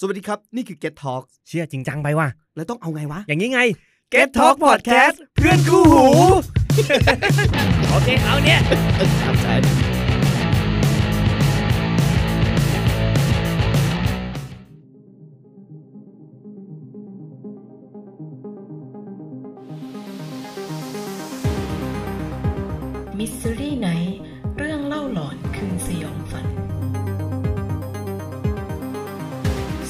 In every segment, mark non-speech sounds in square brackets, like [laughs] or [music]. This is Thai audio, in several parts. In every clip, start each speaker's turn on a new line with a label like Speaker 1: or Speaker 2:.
Speaker 1: สวัสดีครับ นี่คือ Get Talk
Speaker 2: เชื่อจริงจังไปว่ะ
Speaker 1: แล้วต้องเอาไงวะ
Speaker 2: อย่างนี้ไง
Speaker 1: Get Talk Podcast เพื่อนคู่หู
Speaker 2: โอเค เอาเนี่ย
Speaker 3: มิสซิรี่ไนเรื่องเล่าหลอนคืนสยองฝัน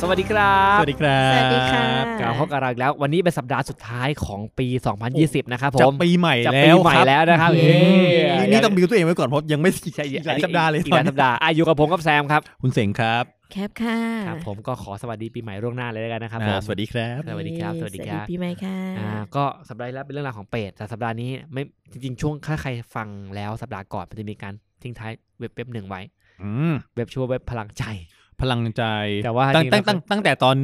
Speaker 4: สวัสดีครับ
Speaker 2: สวัสดีครับ
Speaker 5: สวัสดีค่ะ
Speaker 4: กลับมาพบกับเราอีกแล้ว วันนี้เป็นสัปดาห์สุดท้ายของปี 2020 นะครับผม
Speaker 2: จะปีใหม่
Speaker 4: จะ
Speaker 2: แล้ว
Speaker 4: ปีใหม่
Speaker 2: ครับ
Speaker 4: แล้วนะครับ
Speaker 2: เย้
Speaker 4: เย้
Speaker 2: นี่ต้องบิวตัวเองไว้ก่อนเพราะยังไม่ใช่อีกหลายสัปดาห์เลย
Speaker 4: อีกห
Speaker 2: ตอ
Speaker 4: ลาน ย
Speaker 2: นี้
Speaker 4: สัปดาห์อายุกับผมกับแซมครับ
Speaker 2: คุณเสงครับ
Speaker 5: แคปค่ะ
Speaker 4: ครับ ผมก็ขอสวัสดีปีใหม่ล่วงหน้าเลยแล้วกันนะครับผ
Speaker 2: อ่าม สวัสดีครับ
Speaker 4: สวัสดีครับ สวัสดีครับ
Speaker 5: ปีใหม่ค่ะ
Speaker 4: อ่าก็สัปดาห์ที่แล้วเป็นเรื่องราวของเป็ดแต่สัปดาห์นี้ไม่จริงๆช่วงถ้าใครฟังแล้วสัปดาห์ก่อนมันจะมีการทิ้งท้ายเว็บเว็บหนึ่งไว้
Speaker 2: อืม
Speaker 4: เว็บชื่อว่าเว็บพลังใจ
Speaker 2: พลังใจ
Speaker 4: แต่ว่า
Speaker 2: ตั้ง
Speaker 4: จริงๆ
Speaker 2: ตั้งตั้งตั้งแต่ตอน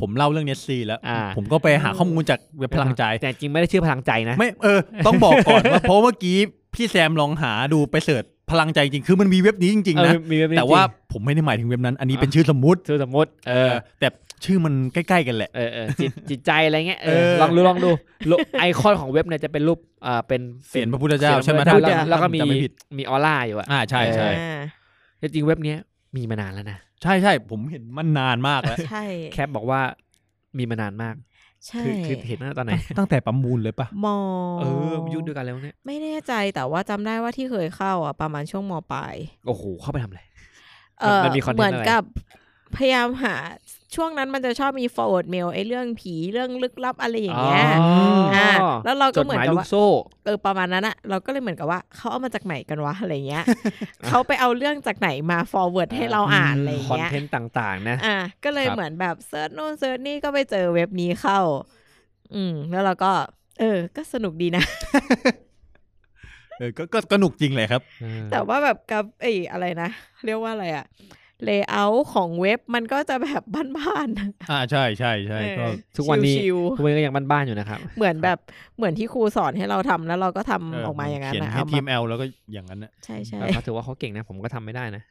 Speaker 2: ผมเล่าเรื่องเนสซีแล้ว
Speaker 4: อ่า
Speaker 2: ผมก็ไปหาข้อมูลจากเว็บพลังใจ
Speaker 4: แต่จริงไม่ได้ชื่อพลังใจนะ
Speaker 2: ไม่เออ ต้องบอกก่อน [laughs] ว่าเพราะเมื่อกี้พี่แซมลองหาดูไปเสิร์ชพลังใจจริงคือมันมีเว็บนี้จริงๆนะ
Speaker 4: เออมีเว็บนี้
Speaker 2: แต่ว่า
Speaker 4: จริง
Speaker 2: ผมไม่ได้หมายถึงเว็บนั้น อันนี้
Speaker 4: อ่ะ
Speaker 2: เป็นชื่อสมมุติ
Speaker 4: ชื่อสมมติเอ
Speaker 2: เอ
Speaker 4: อ
Speaker 2: อ แต่ชื่อมันใกล้ๆกันแหละ
Speaker 4: เออเออจิต จิตใจอะไรเงี้ยเออ
Speaker 2: เออ
Speaker 4: ลองดูลองดูโลไอคอนของเว็บเนี่ยจะเป็นรูปอ่าเป็น
Speaker 2: เสียนพระพุทธเจ้า
Speaker 4: เสี
Speaker 2: ใช่
Speaker 4: ย
Speaker 2: ไหม
Speaker 4: นพระพุทธ
Speaker 2: ถ้า
Speaker 4: เจ้าแล้วก็
Speaker 2: ถ้าผ
Speaker 4: มี
Speaker 2: จำไผิด
Speaker 4: มีออร่าอยู่อะ
Speaker 2: อ่าใช่ใช่
Speaker 4: จริงๆเว็บเนี้ยมีมานานแล้วนะ
Speaker 2: ใช่ใช่ผมเห็นมันนานมากแล้ว
Speaker 5: ใช่
Speaker 4: แคปบอกว่ามีมานานมาก
Speaker 5: ใช่
Speaker 4: คือคือเห็นตั้งแต่ตอนไหน
Speaker 5: [laughs]
Speaker 2: ตั้งแต่ประมูลเลยปะ
Speaker 5: มอ
Speaker 4: เออยุคเด้วยวกันแล้วเนี่ย
Speaker 5: ไม่แน่ใจแต่ว่าจำได้ว่าที่เคยเข้าอ่ะประมาณช่วงมปลาย
Speaker 4: โอ้โหเข้าไปทำอะไร
Speaker 5: เออ
Speaker 4: มันมีคอนเทนต์อะไร
Speaker 5: เหมือนกับพยายามหาช่วงนั้นมันจะชอบมี forward mail ไอ้เรื่องผีเรื่องลึกลับอะไรอย่างเงี้ยอ่าแล้วเรา
Speaker 4: จ
Speaker 5: ก็
Speaker 4: ด
Speaker 5: เหมื
Speaker 4: ห
Speaker 5: อน
Speaker 4: มาย
Speaker 5: กับ
Speaker 4: ลูก
Speaker 5: ว่า
Speaker 4: โซ่
Speaker 5: เออประมาณนั้นอะเราก็เลยเหมือนกับว่าเขาเอามาจากไหนกันวะอะไรเงี้ย เขาไปเอาเรื่องจากไหนมา forward ให้เราอ่านอะไร
Speaker 4: คอน
Speaker 5: เงี้ย
Speaker 4: เทนต์ต่างๆ นะ
Speaker 5: อ่ะก็เลย
Speaker 4: ครับ
Speaker 5: เหมือนแบบเซิร์ชโน่นเซิร์ชนี่ก็ไปเจอเว็บนี้เข้า อืม แล้วเราก็ เออ ก็สนุกดีนะ
Speaker 2: เออก็ก็ก็หนุกจริงเลย
Speaker 5: [laughs]
Speaker 2: ครับ
Speaker 4: เออ
Speaker 5: แต่ว่าแบบกับไอ้อะไรนะ เรียกว่าอะไรอะเลเยอร์ของเว็บมันก็จะแบบบ้านๆนะ
Speaker 2: อ่าใช่ใช่ใช่ก็
Speaker 5: เออ
Speaker 4: ทุกวันนี้
Speaker 5: ชิว
Speaker 4: ทุกวันนก็ยังบ้านๆอยู่นะครับ
Speaker 5: ๆเหมือนแบบเหมือนที่ครูสอนให้เราทำแล้วเราก็ทำ
Speaker 2: เ
Speaker 5: ออกมาอย่างนั้น
Speaker 2: เขียน
Speaker 5: นะ
Speaker 2: ให้
Speaker 5: เอา
Speaker 2: ที
Speaker 5: มาม
Speaker 2: แอลแล้วก็อย่างนั้นนะ
Speaker 5: ใช่ใช่
Speaker 4: แต่เขาถือว่าเขาเก่งนะ ผมก็ทำไม่ได้นะ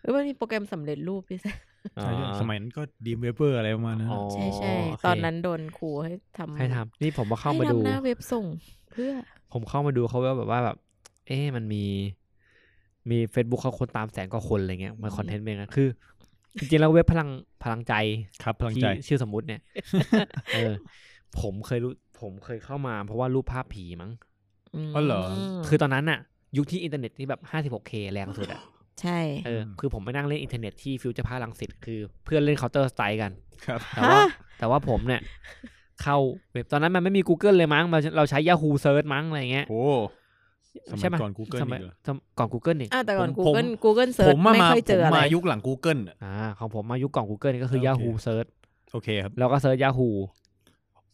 Speaker 5: เออมันมีโปรแกรมสำเร็จรูป [laughs] ด้วยซ้ำ
Speaker 2: ใช่ใช่
Speaker 4: อ๋อ
Speaker 2: สมัยนั้นก็ดีมเวเบอร์อะไรประมาณนั้น
Speaker 4: อ๋อ
Speaker 5: ใช่ใช่
Speaker 4: โเค
Speaker 5: ตอนนั้นโดนครูให้ทำ
Speaker 4: ให้ทำนี่ผมมาเข้า
Speaker 5: ให้
Speaker 4: มาดู
Speaker 5: ทำหน้าเว็บส่งเพื่อ
Speaker 4: ผมเข้ามาดูเขาว่าแบบว่าแบบ เอ๊ะมันมี มี Facebook เขาคนตามแสนกว่าคนอะไรเงี้ยมันคอนเทนต์เป็นไงคือ จริงๆแล้วเว็บพลังพลังใจ
Speaker 2: ครับพลัง
Speaker 4: ที่
Speaker 2: ใจ
Speaker 4: ชื่อสมมุ
Speaker 2: [laughs]
Speaker 4: ติเนี่ย เออ ผมเคยรู้ ผมเคยเข้ามาเพราะว่ารูปภาพผีมั้ง
Speaker 5: ม
Speaker 2: อ๋อเหรอ
Speaker 4: คือตอนนั้นน่ะ ยุคที่อินเทอร์เน็ตนี่แบบ 56K แรงสุดอ่ะ
Speaker 5: ใช่
Speaker 4: เออ
Speaker 2: อืม
Speaker 4: คือผมไปนั่งเล่นอินเทอร์เน็ตที่ฟิวเจอร์พาร์คลังสิตคือเพื่อนเล่นเคาน์เตอร์สไตล์กัน
Speaker 2: ครับ
Speaker 4: แต่ว่า
Speaker 5: ฮะ
Speaker 4: แต่ว่าผมเนี่ย เข้าเว็บตอนนั้นมันไม่มี Google เลยมั้งเราเราใช้ Yahoo Search มั้งอะไรเงี้ย
Speaker 2: โอ้สมั
Speaker 4: ใช่
Speaker 2: ย
Speaker 4: ปะ
Speaker 2: ก่อน Google
Speaker 4: ส
Speaker 2: อี
Speaker 4: มัย
Speaker 2: กเหรอ
Speaker 4: สมก่อน Google อีก
Speaker 5: อ่ะแต่ก่อน
Speaker 2: ผมผม
Speaker 5: Google Google Search
Speaker 2: มา
Speaker 5: ไม่
Speaker 2: มา
Speaker 5: ค่อย
Speaker 2: ผ
Speaker 5: เจ
Speaker 2: ม
Speaker 5: ออะไร
Speaker 2: มายุคหลัง Google อะ
Speaker 4: อ่าของผมมายุคก่อน Google นี่ก็คือ
Speaker 2: โอเค
Speaker 4: Yahoo Search
Speaker 2: โอเคครับ
Speaker 4: แล้วก็ Search Yahoo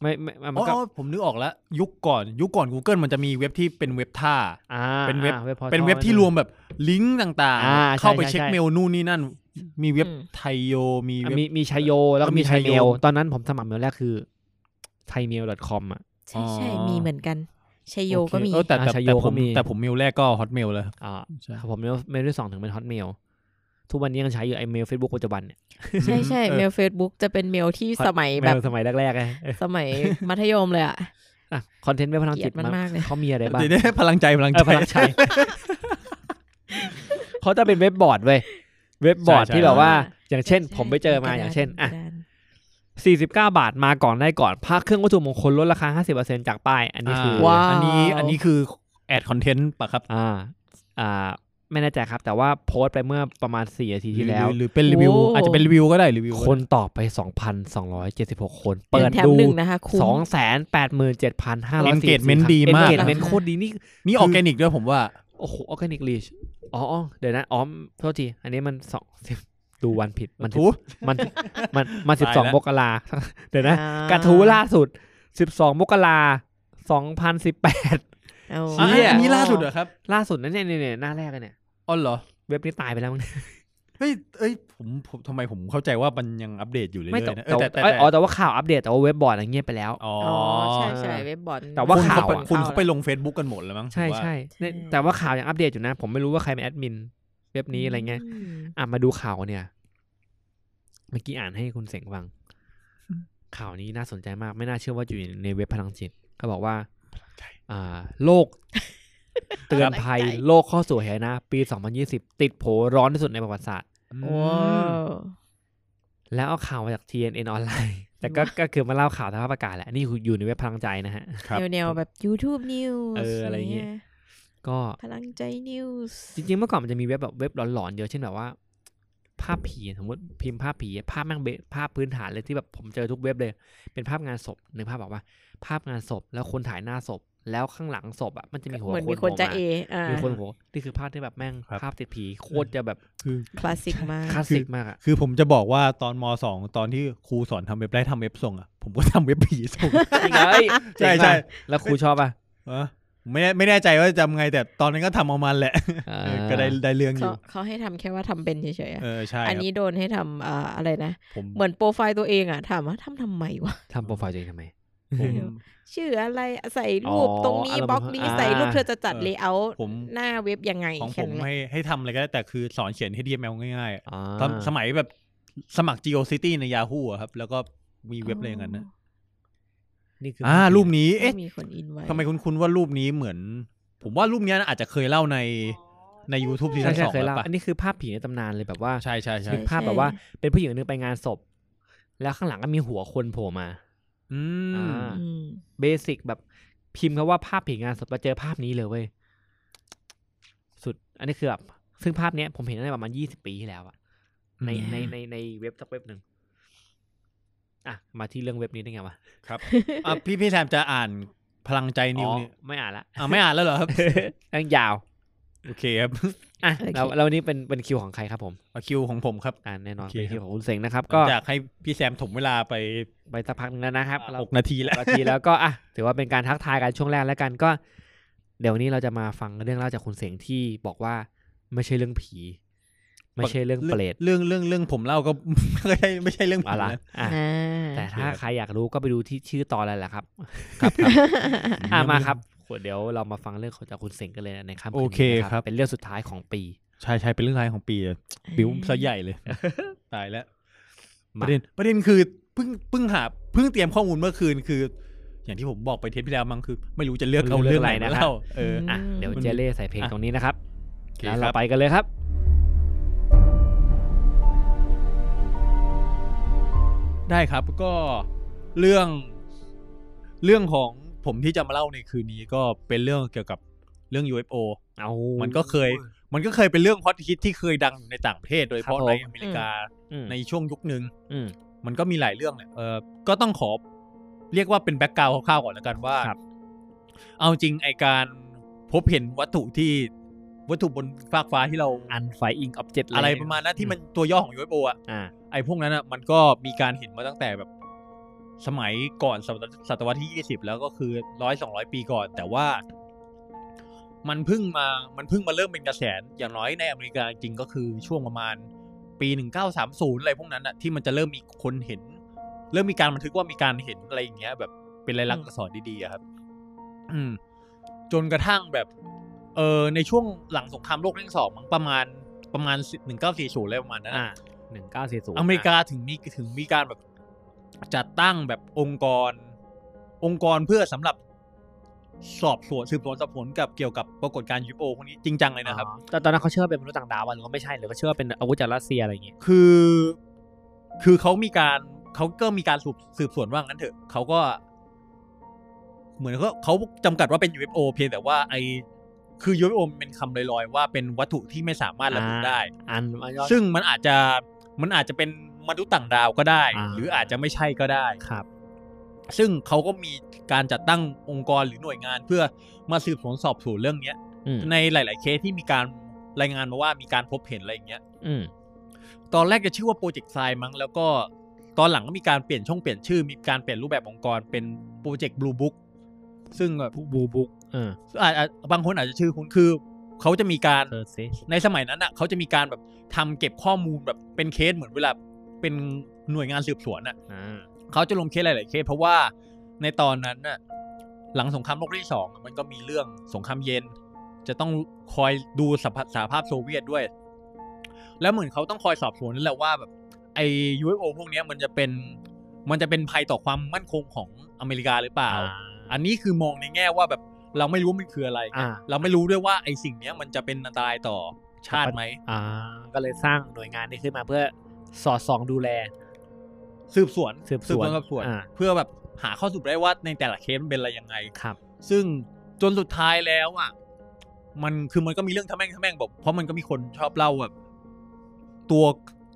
Speaker 4: ไม่ไม่มัน
Speaker 2: อ๋อ
Speaker 4: ก็
Speaker 2: อ๋อผมนึกออกแล้ว ยุคก่อน ยุคก่อน Google มันจะมีเว็บที่เป็นเว็บท่า
Speaker 4: อ่า
Speaker 2: เป็นเว็บ
Speaker 4: อ่าพอร์ทัล
Speaker 2: เป็นเว็บที่รวมแบบลิงก์ต่าง
Speaker 4: อ่าใช่
Speaker 2: ๆ เข้าไป
Speaker 4: ใช่
Speaker 2: เช็ค
Speaker 4: ใช่
Speaker 2: เมลนู่นนี่นั่น มีเว็บ
Speaker 5: อืม
Speaker 2: ไทโยมี
Speaker 4: อ่ะ
Speaker 2: เว็บ
Speaker 4: มีมีชัยโย แล้วก็
Speaker 2: มี
Speaker 4: มี
Speaker 2: ชั
Speaker 4: ชั
Speaker 2: ย
Speaker 4: ย
Speaker 2: โย
Speaker 4: เมล ตอนนั้นผมสมัครเมลแรกคือ thaimail.com อ่ะ
Speaker 5: ใช่ใช่
Speaker 2: อ๋อ
Speaker 5: มีเหมือนกันชัยโย
Speaker 2: โอเค
Speaker 5: ก็มี
Speaker 2: เออแต่
Speaker 4: อ่า
Speaker 2: แต่
Speaker 4: ชัยโย
Speaker 2: แต่ผ
Speaker 4: ก็
Speaker 2: ม
Speaker 4: มี
Speaker 2: แต่ผมเมลแรกก็ฮอตเมลแล้วครับ
Speaker 4: อ่า
Speaker 2: ใช่
Speaker 4: ครับผมเมลเมลที่สองถึงเป็น Hotmail ทุกวันนี้ยังใช้อยู่ไอเมล Facebook ปัจจุบันเนี่ย
Speaker 5: ใช่ใช่
Speaker 2: เออ
Speaker 5: เมล Facebook จะเป็นเมลที่สมัยแบบ
Speaker 4: เมลสมัยแรกๆไงเออ
Speaker 5: สมัยมัธยมเลยอ่ะ
Speaker 4: อ่ะคอนเทนต์เว็บพลัง
Speaker 5: เกลี
Speaker 4: จิ
Speaker 5: ย
Speaker 4: ต
Speaker 5: ดมัน
Speaker 4: มั้ง
Speaker 5: มากเลย
Speaker 4: เขามีอะไรบ้าง
Speaker 2: เดี๋ยวได้พลังใจพลัง
Speaker 4: เอ
Speaker 2: ใจ
Speaker 4: อพลังใจ [laughs] เขาจะเป็นเว็บบอร์ดเว้ย เว็บบอร์ด
Speaker 2: ใช่ใช่
Speaker 4: ที่แบบว่า
Speaker 5: อ่า
Speaker 4: อย่างเช่น ผมไปเจอมาอย่างเช่น อ่ะ 49 บาทมาก่อนได้ก่อนพระเครื่องวัตถุมงคลลดราคา 50%จากป้าย อันนี้คือ
Speaker 2: อ่า
Speaker 5: ว้าว
Speaker 2: อันนี้อันนี้คือแอดคอนเทนต์ปะครับ
Speaker 4: อ่า อ่า ไม่แน่ใจครับ แต่ว่าโพสต์ไปเมื่อประมาณ 4 นาทีที่แล้ว
Speaker 2: หรือหรือเป็นรีวิว
Speaker 5: โอ้
Speaker 2: อาจจะเป็นรีวิวก็ได้รีวิวก็
Speaker 4: ค
Speaker 2: ได้
Speaker 4: นตอบไป 2,276 คน
Speaker 5: เปิ
Speaker 4: เปิ
Speaker 5: ด
Speaker 4: ด
Speaker 5: แถม
Speaker 4: ดู
Speaker 5: หนึ่งนะคะคุ้ม
Speaker 4: สองแสนแปดหมื่นเจ็ดพันห้าร้อย
Speaker 2: เอน
Speaker 4: สี่
Speaker 2: เก
Speaker 4: สิ
Speaker 2: จ
Speaker 4: บ
Speaker 2: เมนต์ดีมาก
Speaker 4: เอนเกจเมนต์โคตรดีนี่
Speaker 2: นี่ออร์แกนิกด้วยผมว่า
Speaker 4: โอ้โหออร์แกนิกลีชอ๋ออ๋อ เดี๋ยวนะอ๋อมโทษที อันนี้มันสอง ดูวันผิด มัน
Speaker 2: ถู
Speaker 4: สิบมัน มัน มันสิบสอง
Speaker 2: ตายละ
Speaker 4: มกรา เดี๋ยวนะ
Speaker 5: อ่าก
Speaker 4: ระทู้ล่าสุดสิบสองมกราสองพันสิบแปด
Speaker 5: เอา
Speaker 4: ชี่ย
Speaker 2: อันนี้ล่าสุดเหรอครับ
Speaker 4: ล่าสุดนั่นเนี่ยเนี่ยเนี่ยหน้าแรกเลยเนี่ย
Speaker 2: อ๋อเหรอ
Speaker 4: เว็บนี้ตายไปแล้วมั้ง
Speaker 2: เฮ้ยเอ้ยผมผมทำไมผมเข้าใจว่ามันยังอัปเดตอยู่เรื่อ
Speaker 4: ไม่แต่
Speaker 2: ยๆนะเอ
Speaker 4: แต่ว่า
Speaker 2: อแต่แต่
Speaker 4: เอ้ยอ๋อ แต่ว่าข่าวอัปเดต แต่ว่าเว็บบอร์ดอะเงียบไปแล้ว
Speaker 2: อ๋อ
Speaker 5: อ๋อใช่ใช่เว็บบอร์ด
Speaker 4: แต่ว่า
Speaker 2: คน
Speaker 4: ข่าว
Speaker 2: เขไป
Speaker 4: อะ
Speaker 2: คุณเขาไปลง Facebook กันหมดแล้วมั้ง
Speaker 4: ใช่
Speaker 2: ผมว่า
Speaker 4: ใช่เนี่ยแต่ว่าข่าวยังอัปเดตอยู่นะ ผมไม่รู้ว่าใครเป็นแอดมินเว็บนี้อะไรเงี้ย
Speaker 5: ม
Speaker 4: อ่ะมาดูข่าวเนี่ย เมื่อกี้อ่านให้คุณเสงฟัง ข่าวนี้น่าสนใจมาก ไม่น่าเชื่อว่าอยู่ในเว็บพลังจิตเขาบอกว่าอ่า โลก
Speaker 5: [laughs]
Speaker 4: เตือนภัย
Speaker 5: พลังใจ
Speaker 4: โลกเข้าสู่เหนะ ปี 2020 ติดโผร้อนที่สุดในประวัติศาสตร์
Speaker 5: โอ้
Speaker 4: แล้วเอาข่าวมาจาก TNN ออนไลน์ แต่
Speaker 5: [laughs]
Speaker 4: ก็ก็คือมาเล่าข่าวทางภาพอากาศแหละ นี่คืออยู่ในเว็บพลังใจนะฮะ
Speaker 2: ครับ
Speaker 5: แนวๆแบบ YouTube News
Speaker 4: เอออะไรเงี้ย ก็
Speaker 5: พลังใจ News
Speaker 4: จริงๆ เมื่อก่อนมันจะมีเว็บแบบเว็บหลอนๆเยอะเช่นแบบว่า ภาพผีสมมติพิมพ์ภาพผีภาพแม่งเบภาพพื้นฐานเลยที่แบบผมเจอทุกเว็บเลย เป็นภาพงานศพหนึ่งภาพบอกว่า ภาพงานศพแล้วคนถ่ายหน้าศพ แล้วข้างหลังศพอ่ะมันจะมีหัว
Speaker 5: เหมือนมี
Speaker 4: โผ
Speaker 5: ค
Speaker 4: ล่
Speaker 5: นจะเออ่า
Speaker 4: มามีคนหัวนี่คือภาพที่แบบแม่ง
Speaker 2: ครับ
Speaker 4: ภาพติดผีโคตรจะแบบ
Speaker 2: คือ
Speaker 5: คลาสสิกมาก
Speaker 4: คลาสสิกมากอ่ะ
Speaker 2: คือผมจะบอกว่าตอนมสองตอนที่ครูสอนทำเว็บไล่ทำเว็บส่งอ่ะผมก็ทำเว็บผีส่ง [laughs]
Speaker 4: จริงเหรอเอ้ย
Speaker 2: ใช่ใช่
Speaker 4: เจ๋งมากแล้วครูชอบป่ะ
Speaker 2: เออไม่แน่ไม่แน่ใจว่าจำไงแต่ตอนนั้นก็ทำเอามันแหละ
Speaker 4: เอ
Speaker 2: เออ
Speaker 4: อ
Speaker 2: ก็ได้ได้เรื่องอ
Speaker 5: เขา
Speaker 2: ยู่
Speaker 5: เขาให้ทำแค่ว่าทำเป็นเฉยๆอะ
Speaker 2: เออใช่
Speaker 5: อันนี้โดนให้ทำเอ่ออะไรนะ
Speaker 2: ผม
Speaker 5: เหมือนโปรไฟล์ตัวเองอ่ะ ถามว่าทำทำไมวะ [laughs]
Speaker 4: ทำโปรไฟล์ตัวเองทำไม
Speaker 2: ผม
Speaker 5: ชื่ออะไรใส่รูป
Speaker 4: อ๋อ
Speaker 5: ตรงนี้
Speaker 4: อารมณ์
Speaker 5: บล็อกนี้
Speaker 4: อ่า
Speaker 5: ใส่รูปเธอจะจัดเลเยอร์
Speaker 2: ผม
Speaker 5: หน้าเว็บยังไง
Speaker 2: ของ
Speaker 5: แค่
Speaker 2: ผม
Speaker 5: นั้นแหละ
Speaker 2: ให้ให้ทำอะไรก็ได้แต่คือสอนเขียนให้ HTML ง่ายๆอะ
Speaker 4: อ่า
Speaker 2: ตอนสมัยแบบสมัคร GeoCity ใน Yahoo อะครับ แล้วก็มีเว็บอะไรอย่างนั้นนะ
Speaker 4: นี่คือ
Speaker 2: อ่า
Speaker 4: ภพผี
Speaker 2: รูปนี้เอ๊ะ
Speaker 5: ไม่มีคนอินไว้
Speaker 2: ทำไมคุณคุณว่ารูปนี้เหมือน ผมว่ารูปเนี้ยอาจจะเคยเล่าในใน YouTube ซี
Speaker 4: ใช่
Speaker 2: ซั่น
Speaker 4: ใช่
Speaker 2: สอง
Speaker 4: เคย
Speaker 2: แล้
Speaker 4: เล่าว
Speaker 2: ปะ
Speaker 4: อันนี้คือภาพผีในตำนานเลยแบบว่า
Speaker 2: ใช่ใช่ใช่
Speaker 4: นึกภาพแบบว่าเป็นผู้หญิงคนนึงไปงานศพ แล้วข้างหลังก็มีหัวคนโผล่มา
Speaker 2: อืม
Speaker 4: อ่า
Speaker 5: อืม
Speaker 4: เบสิกแบบพิมพ์คาว่าภาพผีงานศพมาเจอภาพนี้เลยเว้ยสุด อันนี้คือแบบซึ่งภาพเนี้ยผมเห็นตั้งแต่ประมาณยี่สิบปีที่แล้วอะใน
Speaker 2: อืม
Speaker 4: ในในในเว็บสักเว็บหนึ่งอ่ะ มาที่เรื่องเว็บนี้ได้ไงวะ
Speaker 2: ครับอ่ะ [laughs] พี่พี่แซมจะอ่านพลังใจนิ
Speaker 4: อ๋
Speaker 2: ว
Speaker 4: อ
Speaker 2: เนี่ย
Speaker 4: ไม่อ่านละ
Speaker 2: อ่ะไม่อ่านแล้วเหรอครับ
Speaker 4: อันยาว
Speaker 2: โอเคครับ [laughs]
Speaker 4: อ่ะแล้วแล้ววันนี้เป็นเป็นคิวของใครครับผม
Speaker 2: เอาคิวของผมครับ
Speaker 4: อ่าแน่นอน
Speaker 2: โอเค
Speaker 4: เป็นคิวของคุณเสงนะครับ
Speaker 2: ก็
Speaker 4: ก็
Speaker 2: จากให้พี่แซมถมเวลาไป
Speaker 4: ไปสักพักหนึงแล้วนะครับเรา
Speaker 2: หกนาทีแล้ว
Speaker 4: นาทีแล้วก็อ่ะถือว่าเป็นการทักทายกันช่วงแรกแล้วกันก็ เดี๋ยววันนี้เราจะมาฟังเรื่องเล่าจากคุณเสียงที่บอกว่าไม่ใช่เรื่องผี ไม่ใช่เรื่องเปรต
Speaker 2: เรื่องเรื่องเรื่องผมเล่าก็ [laughs] ไม่ใช่ไม่ใช่เรื่องผี
Speaker 4: อะไร
Speaker 2: นะ
Speaker 4: อ่ะ
Speaker 5: อ่า
Speaker 4: แต่ถ้าใครอยากรู้ก็ไปดูที่ชื่อตอนแล้วแหละครับ
Speaker 2: ครั
Speaker 4: อ่ะ
Speaker 2: บ
Speaker 4: มาครับเดี๋ยวเรามาฟังเรื่องของจากคุณเสียงกันเลยในค่ำคืน
Speaker 2: โอ
Speaker 4: นี้
Speaker 2: เค
Speaker 4: นะครับ เป็นเรื่องสุดท้ายของปี
Speaker 2: ใช่ใช่เป็นเรื่องรายของปีอะบิ้วซะใหญ่เลย ตายแล้ว ป
Speaker 4: มา
Speaker 2: ระเด็นประเด็นคือเพิ่งเพิ่งหาเพิ่งเตรียมข้อมูลเมื่อคืนคือ อย่างที่ผมบอกไปเทปที่แล้วมั้งคือ ไม่รู้จะเลือกเอาเรื่องไหนมาเล่าเออ
Speaker 4: อ่ะเดี๋ยวเจเล่ใส่เพลง
Speaker 2: อ่ะ
Speaker 4: ตรงนี้นะครับ
Speaker 2: โอเค
Speaker 4: แล้ว
Speaker 2: ค
Speaker 4: เรา
Speaker 2: รับ
Speaker 4: ไปกันเลยครับ
Speaker 2: ได้ครับก็เรื่องเรื่องของผมที่จะมาเล่าในคืนนี้ก็เป็นเรื่องเกี่ยวกับเรื่อง UFO
Speaker 4: เอามั
Speaker 2: มันก็เคย มันก็เคยเป็นเรื่องฮอตฮิตที่เคยดังอยู่ในต่างประเทศ โดยเฉ
Speaker 4: ค
Speaker 2: พาะ
Speaker 4: รับผม
Speaker 2: ในอเมริกาในช่วงยุคหนึ่ง มันก็มีหลายเรื่องแหละ เออก็ต้องขอเรียกว่าเป็นแบ็กกราวคร่าวๆก่อนแล้วกันว่า
Speaker 4: ครับ
Speaker 2: เอาจริงไอการพบเห็นวัตถุที่วัตถุบนฟากฟ้าที่เรา
Speaker 4: อันไฟอิงออบเจกต์
Speaker 2: อะไรประมาณนั้นที่มันตัวย่อของ UFO อ่ะ
Speaker 4: อ่า
Speaker 2: ไอพวกนั้นอ่ะมันก็มีการเห็นมาตั้งแต่แบบ สมัยก่อนศตศตวรรษที่ยี่สิบแล้วก็คือร้อยสองร้อยปีก่อน แต่ว่า มันเพิ่งมามันเพิ่งมาเริ่มเป็นกระแสอย่างน้อยในอเมริกาจริงก็คือช่วงประมาณปีหนึ่งเก้าสามศูนย์อะไรพวกนั้นอ่ะที่มันจะเริ่มมีคนเห็น เริ่มมีการบันทึกว่ามีการเห็นอะไรอย่างเงี้ย แบบเป็นลายลักษณ์อักษรดีๆอะครับ อืม จนกระทั่งแบบ เออในช่วงหลังสงครามโลกครั้งที่สองมั้งประมาณประมาณหนึ่งเก้าสี่ศูนย์อะไรประมาณนั้นอะ
Speaker 4: อ่าหนึ่งเก้าสี่ศูนย์
Speaker 2: อเมริกาถึงมีถึงมีการแบบจัดตั้งแบบองค์กร องค์กรเพื่อสำหรับสอบสวนสืบสวนสอบสวนกับเกี่ยวกับปรากฏการณ์ยูโอพวกนี้จริงจังเลยนะครับ
Speaker 4: อ๋อแต่ตอนนั้นเขาเชื่อว่าเป็นมนุษย์ต่างดาวอะหรือว่าไม่ใช่หรือเขาเชื่อว่าเป็นอาวุธจากรัสเซียอะไรอย่างเงี้ย
Speaker 2: คือ คือเขามีการเขาก็มีการสืบสืบสวนว่างั้นเถอะเขาก็ เหมือนเขาเขาจำกัดว่าเป็น UFO เพียงแต่ว่าไอคือ UFO มันเป็นคำลอยๆ ว่าเป็นวัตถุที่ไม่สามารถระบุ
Speaker 4: อ่า
Speaker 2: ได้
Speaker 4: อันอันยอด
Speaker 2: ซึ่งมันอาจจะมันอาจจะเป็นมนุษย์ต่างดาวก็ได้
Speaker 4: อ่า
Speaker 2: หรืออาจจะไม่ใช่ก็ได้
Speaker 4: ครับ
Speaker 2: ซึ่งเขาก็มีการจัดตั้งองค์กรหรือหน่วยงานเพื่อมาสืบสวนสอบสวนเรื่องเนี้ย
Speaker 4: อืม
Speaker 2: ในหลาย ๆ เคสที่มีการรายงานมาว่ามีการพบเห็นอะไรอย่างเงี้ย
Speaker 4: อืม
Speaker 2: ตอนแรกจะชื่อว่าโปรเจกต์ไซมั้งแล้วก็ตอนหลังก็มีการเปลี่ยนช่องเปลี่ยนชื่อ มีการเปลี่ยนรูปแบบองค์กรเป็นโปรเจกต์บลูบุ๊กซึ่งแบบ
Speaker 4: บูบุกเออ
Speaker 2: อาจอาจบางคนอาจจะชื่อคุ้นคือเขาจะมีการ
Speaker 4: เออซิ
Speaker 2: ในสมัยนั้นอ่ะเขาจะมีการแบบทำเก็บข้อมูลแบบเป็นเคสเหมือนเวลาเป็นหน่วยงานสืบสวนอ่ะ
Speaker 4: อ่า
Speaker 2: เขาจะลงเคสหลาย ๆ เคสเพราะว่าในตอนนั้นน่ะหลังสงครามโลกครั้งที่สองมันก็มีเรื่องสงครามเย็น จะต้องคอยดูสหภาสหภาพโซเวียตด้วย แล้วเหมือนเขาต้องคอยสอบสวนนั่นแหละว่าแบบ ไอ UFO พวกเนี้ยมันจะเป็นมันจะเป็นภัยต่อความมั่นคงของอเมริกาหรือเปล่า อันนี้คือมองในแง่ว่าแบบเราไม่รู้ว่ามันคืออะไร
Speaker 4: อ่า
Speaker 2: เราไม่รู้ด้วยว่าไอสิ่งเนี้ยมันจะเป็นอันตรายต่อชาติไหม
Speaker 4: อ่า ก็เลยสร้างหน่วยงานนี้ขึ้นมาเพื่อสอดส่องดูแล
Speaker 2: สืบสวน
Speaker 4: สืบสวน
Speaker 2: กับสวน
Speaker 4: อ่า
Speaker 2: เพื่อแบบหาข้อสรุปได้ว่าในแต่ละเคสมันเป็นอะไรยังไง
Speaker 4: ครับ
Speaker 2: ซึ่งจนสุดท้ายแล้วอ่ะมันคือมันก็มีเรื่องทะแม่งทะแม่งแบบเพราะมันก็มีคนชอบเล่าแบบตัว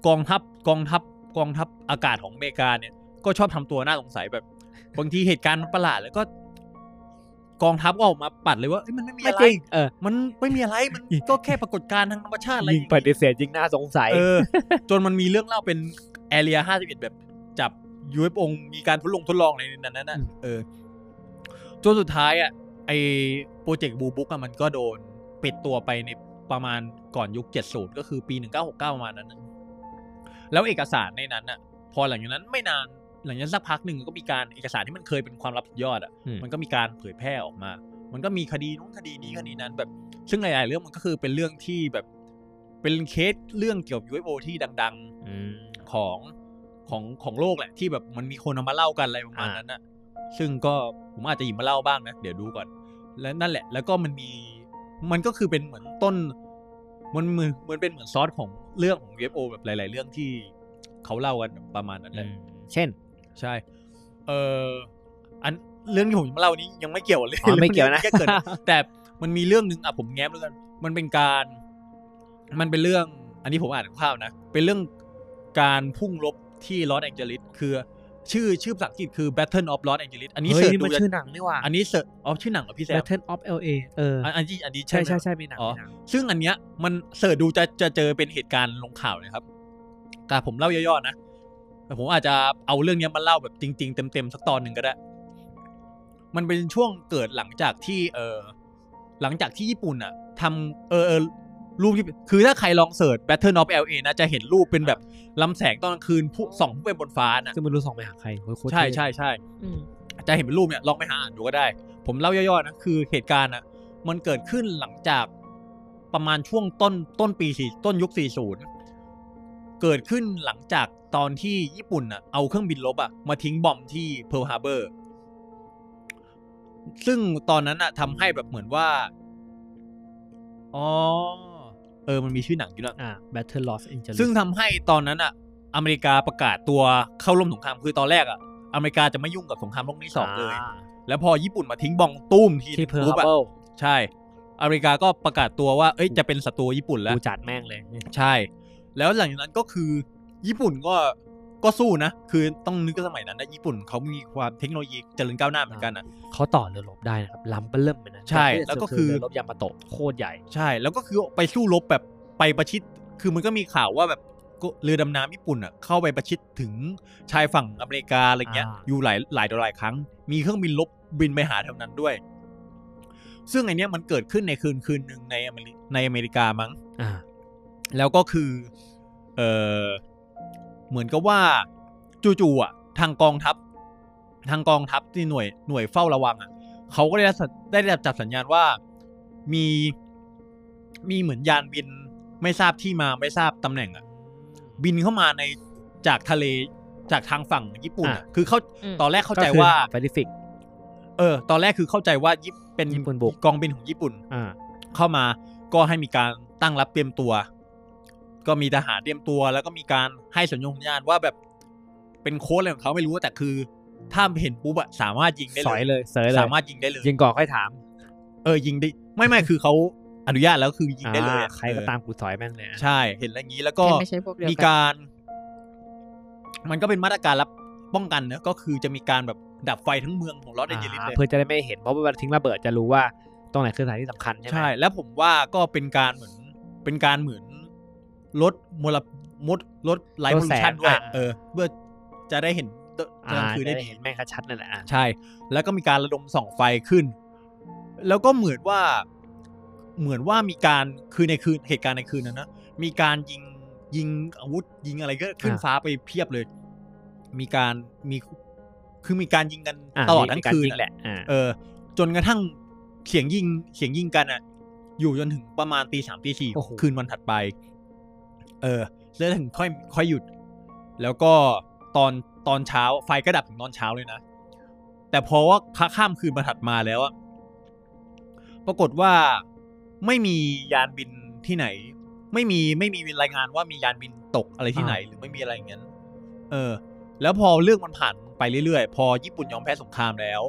Speaker 2: กองทัพกองทัพกองทัพอากาศของอเมริกาเนี่ย ก็ชอบทำตัวน่าสงสัยแบบ บางทีเหตุการณ์มันประหลาดแล้วก็ กองทัพก็ออกมาปัดเลยว่าเอ้ยมันไม่มี
Speaker 4: ไม่
Speaker 2: อะไร
Speaker 4: จริง เออ
Speaker 2: มันไม่มีอะไรมันก็แค่ปรากฏการณ์ทางธรรมชาติอะไรอ
Speaker 4: ยิ
Speaker 2: ย่าง งงี้
Speaker 4: ปฏิเสธยิงน่าสงสัย
Speaker 2: เออ จนมันมีเรื่องเล่าเป็นแอเรียห้าสิบเอ็ดแบบจับยูเอฟองมีการทดลองทดลองอะไรในนั้นน่ะ
Speaker 4: อืม
Speaker 2: เออ จนสุดท้ายอ่ะไอโปรเจกต์บูบุ๊กอ่ะมันก็โดนปิดตัวไปในประมาณก่อนยุคเจ็ดศูนย์ก็คือปีหนึ่งเก้าหกเก้าประมาณนั้นน่ะแล้วเอกสารในนั้นอ่ะ พอหลังจากนั้นไม่นาน หลังจากนั้นสักพักหนึ่งก็มีการเอกสารที่มันเคยเป็นความลับสุดยอดอ่ะ
Speaker 4: อืม
Speaker 2: มันก็มีการเผยแพร่ออกมา มันก็มีคดีนู้นคดีนี้คดีนั้นแบบ ซึ่งหลายๆเรื่องมันก็คือเป็นเรื่องที่แบบ เป็นเคสเรื่องเกี่ยวกับ UFO ที่ดัง
Speaker 4: อืม
Speaker 2: ๆของของของโลกแหละ ที่แบบมันมีคนเอามาเล่ากันอะไรประมาณ
Speaker 4: อ่า
Speaker 2: นั้นน่ะ ซึ่งก็ผมอาจจะหยิบมาเล่าบ้างนะ เดี๋ยวดูก่อน แล้วนั่นแหละ แล้วก็มันมี มันก็คือเป็นเหมือนต้น มันเหมือนเหมือนเป็นเหมือนซอสของเรื่องของ UFO แบบหลาย ๆ เรื่องที่เขาเล่ากันประมาณนั้นแหละ
Speaker 4: เช่น
Speaker 2: ใช่ เอออันเรื่องที่ผมจะมาเล่านี้ยังไม่เกี่ยวเลย
Speaker 4: อ๋อไม่เกี่ยวนะ
Speaker 2: แค่เกิด
Speaker 4: [laughs]
Speaker 2: แต่มันมีเรื่องหนึงอ่ะผมแง้มแล้วกัน มันเป็นการ มันเป็นเรื่อง อันนี้ผมอ่านคร่าวๆนะ เป็นเรื่องการพุ่งรบที่ลอสแองเจลิส คือ ชื่อชื่อภาษาอังกฤษคือ Battle of Los Angeles อันนี้
Speaker 4: เฮ้ย
Speaker 2: เสิร์ช
Speaker 4: นี่
Speaker 2: ดู
Speaker 4: มัน
Speaker 2: จะ
Speaker 4: ชื่อหนังนี่หว่า
Speaker 2: อันนี้เสิร์ชอ๋อชื่อหนังเหรอพี่แซม
Speaker 4: Battle of LA เออ
Speaker 2: อันอันนี้อันนี้ใช่
Speaker 4: ใช่
Speaker 2: ไหม
Speaker 4: ใช่ใช่มีหนัง
Speaker 2: อ๋อ
Speaker 4: มีหนัง
Speaker 2: ซึ่งอันเนี้ยมันเสิร์ชดูจะจะเจอเป็นเหตุการณ์ลงข่าวนะครับแต่ผมเล่าย่อๆนะแต่ผมอาจจะเอาเรื่องเนี้ยมาเล่าแบบจริง ๆ เต็มๆสักตอนหนึ่งก็ได้ มันเป็นช่วงเกิดหลังจากที่ เออหลังจากที่ญี่ปุ่นอะทำเออเออรูปที่คือถ้าใครลองเสิร์ช Battle of LA นะจะเห็นรูปเป็นแบบลำแสงตอนกลางคืนผู้ส่องผู้เป็นบนฟ้านะ
Speaker 4: ซึ่งไม่รู้ส่องไปหาใครโอ้ยโคตร
Speaker 2: ใช่
Speaker 4: เท่
Speaker 2: ใช่ใช่
Speaker 5: อืม
Speaker 2: จะเห็นเป็นรูปเนี่ยลองไปหาอ่านดูก็ได้ ผมเล่าย่อๆนะคือเหตุการณ์อ่ะมันเกิดขึ้นหลังจากประมาณช่วงต้นต้นปีสี่ต้นยุค 40 เกิดขึ้นหลังจากตอนที่ญี่ปุ่นอ่ะเอาเครื่องบินลบอ่ะมาทิ้งบอมบ์ที่เพิร์ลฮาร์เบอร์ ซึ่งตอนนั้นอ่ะทำให้แบบเหมือนว่า อ๋อ เออมันมีชื่อหนังอยู่นะ
Speaker 4: อ่า Battle Los Angeles
Speaker 2: ซึ่งทำให้ตอนนั้นอ่ะ อเมริกาประกาศตัวเข้าร่วมสงครามคือตอนแรกอ่ะ อเมริกาจะไม่ยุ่งกับสงครามโลกที่สองเลย
Speaker 4: า
Speaker 2: แล้วพอญี่ปุ่นมาทิ้งบองตุ้มที
Speaker 4: ที่เพิร์ล
Speaker 2: ปุ๊บ
Speaker 4: ฮาร์เบอ
Speaker 2: อะ
Speaker 4: ร์
Speaker 2: ใช่ อเมริกาก็ประกาศตัวว่า เอ้ยจะเป็นศัตรูญี่ปุ่นแล้ว
Speaker 4: กูจัดแม่งเลย
Speaker 2: ใช่ แล้วหลังจากนั้นก็คือ ญี่ปุ่นก็ก็สู้นะ คือต้องนึกว่าสมัยนั้นนะญี่ปุ่นเขามีความเทคโนโลยีเจริญก้าวหน้าเหมือนกันนะ
Speaker 4: เขาต่อเรือรบได้นะครับลำเบิ่มเลยนะ
Speaker 2: ใช่แล้วก็คือ
Speaker 4: เรือรบยามาโตะโคตรใหญ่
Speaker 2: ใช่ แล้วก็คือไปสู้รบแบบไปประชิด คือมันก็มีข่าวว่าแบบก็เรือดำน้ำญี่ปุ่นอ่ะเข้าไปประชิดถึงชายฝั่งอเมริกาอะไรเงี้ย
Speaker 4: อ่า
Speaker 2: อยู่หลายหลายต่อหลายครั้ง มีเครื่องบินลบบินไปหาแถวนั้นด้วย ซึ่งไอเนี้ยมันเกิดขึ้นในคืนคืนหนึ่งในอเมริในอเมริกามั้ง
Speaker 4: อ่า
Speaker 2: แล้วก็คือ เออเหมือนกับว่าจู่ๆอ่ะ ทางกองทัพ ทางกองทัพที่หน่วยหน่วยเฝ้าระวังอ่ะเขาก็ได้รับสัญได้รับจับสัญญาณว่ามีมีเหมือนยานบินไม่ทราบที่มาไม่ทราบตำแหน่งอ่ะ บินเข้ามาในจากทะเลจากทางฝั่งญี่ปุ่นอ่ะ
Speaker 4: อ่ะ
Speaker 2: คือเขา
Speaker 5: อืม
Speaker 2: ตอนแรกเข้าใจว่า
Speaker 4: แปซิฟิก
Speaker 2: เออ ตอนแรกคือเข้าใจว่าญี่เป็น
Speaker 4: ญี่ปุ่นบุก
Speaker 2: กองบินของญี่ปุ่น
Speaker 4: อ่า
Speaker 2: เข้ามาก็ให้มีการตั้งรับเตรียมตัว ก็มีทหารเตรียมตัว แล้วก็มีการให้สัญญงสัญญาณว่าแบบเป็นโค้ดอะไรของเขาไม่รู้แต่คือ ถ้าเห็นปุ๊บอะสามารถยิงได้
Speaker 4: สอยเลยเสยเลย
Speaker 2: สามารถยิงได้เลย
Speaker 4: ยิงก่อนค่อยถาม
Speaker 2: เออยิงได้ไม่ไม่คือเขาอนุญาตแล้วคือยิงได้เลย
Speaker 4: อ่า
Speaker 2: อะ
Speaker 4: ใครก็ตามกูสอยแม่งเลย
Speaker 2: ใช่เห็นแล้วงี้แล้วก็
Speaker 5: แค่ไม่ใช่พวกเดียว
Speaker 2: มี
Speaker 5: กัน
Speaker 2: การ มันก็เป็นมาตรการรับป้องกันเนอะก็คือจะมีการแบบดับไฟทั้งเมืองของลอสแองเจลิส
Speaker 4: อ่า
Speaker 2: เลย
Speaker 4: เพื่อจะได้ไม่เห็น เพราะเวลาทิ้งระเบิดจะรู้ว่าตรงไหนคือสถานที่สำคัญใช่ไหม
Speaker 2: ใช่ แล้วผมว่าก็เป็นการเหมือนเป็นการเหมือนลดมลมดลดไลท์พอลูชันด้วยเออเพื่อจะได้เห็นก
Speaker 4: อ่า
Speaker 2: ลางคืน
Speaker 4: จะ
Speaker 2: ได้
Speaker 4: ได้
Speaker 2: ดี
Speaker 4: เห็นแม่งชัดๆนั่นแหละอ่ะ
Speaker 2: ใช่ แล้วก็มีการระดมส่องไฟขึ้น แล้วก็เหมือนว่าเหมือนว่ามีการคือในคืนเหตุการณ์ในคืนนั้นนะมีการยิงยิงอาวุธยิงอะไรก็ขึ้นฟ้าไปเพียบเลย มีการมีคือมีการยิงกัน
Speaker 4: อ่ะ
Speaker 2: ตลอดทั้
Speaker 4: มี
Speaker 2: ง
Speaker 4: การ
Speaker 2: คืน
Speaker 4: ยิง
Speaker 2: อะ
Speaker 4: แหละอ่า
Speaker 2: เออจนกระทั่งเสียงยิงเสียงยิงกันอ่ะ อยู่จนถึงประมาณตีสามตีสี่คืนวันถัดไป เออแล้วถึงค่อยค่อยหยุด แล้วก็ตอนตอนเช้าไฟก็ดับถึงตอนเช้าเลยนะ แต่พอว่าค่าข้ามคืนมาถัดมาแล้วอะปรากฏว่าไม่มียานบินที่ไหน ไม่มีไม่มีรายงานว่ามียานบินตกอะไรที่ไหน หรือไม่มีอะไรอย่างนั้นเออ แล้วพอเรื่องมันผ่านไปเรื่อยๆ พอญี่ปุ่นยอมแพ้สงครามแล้ว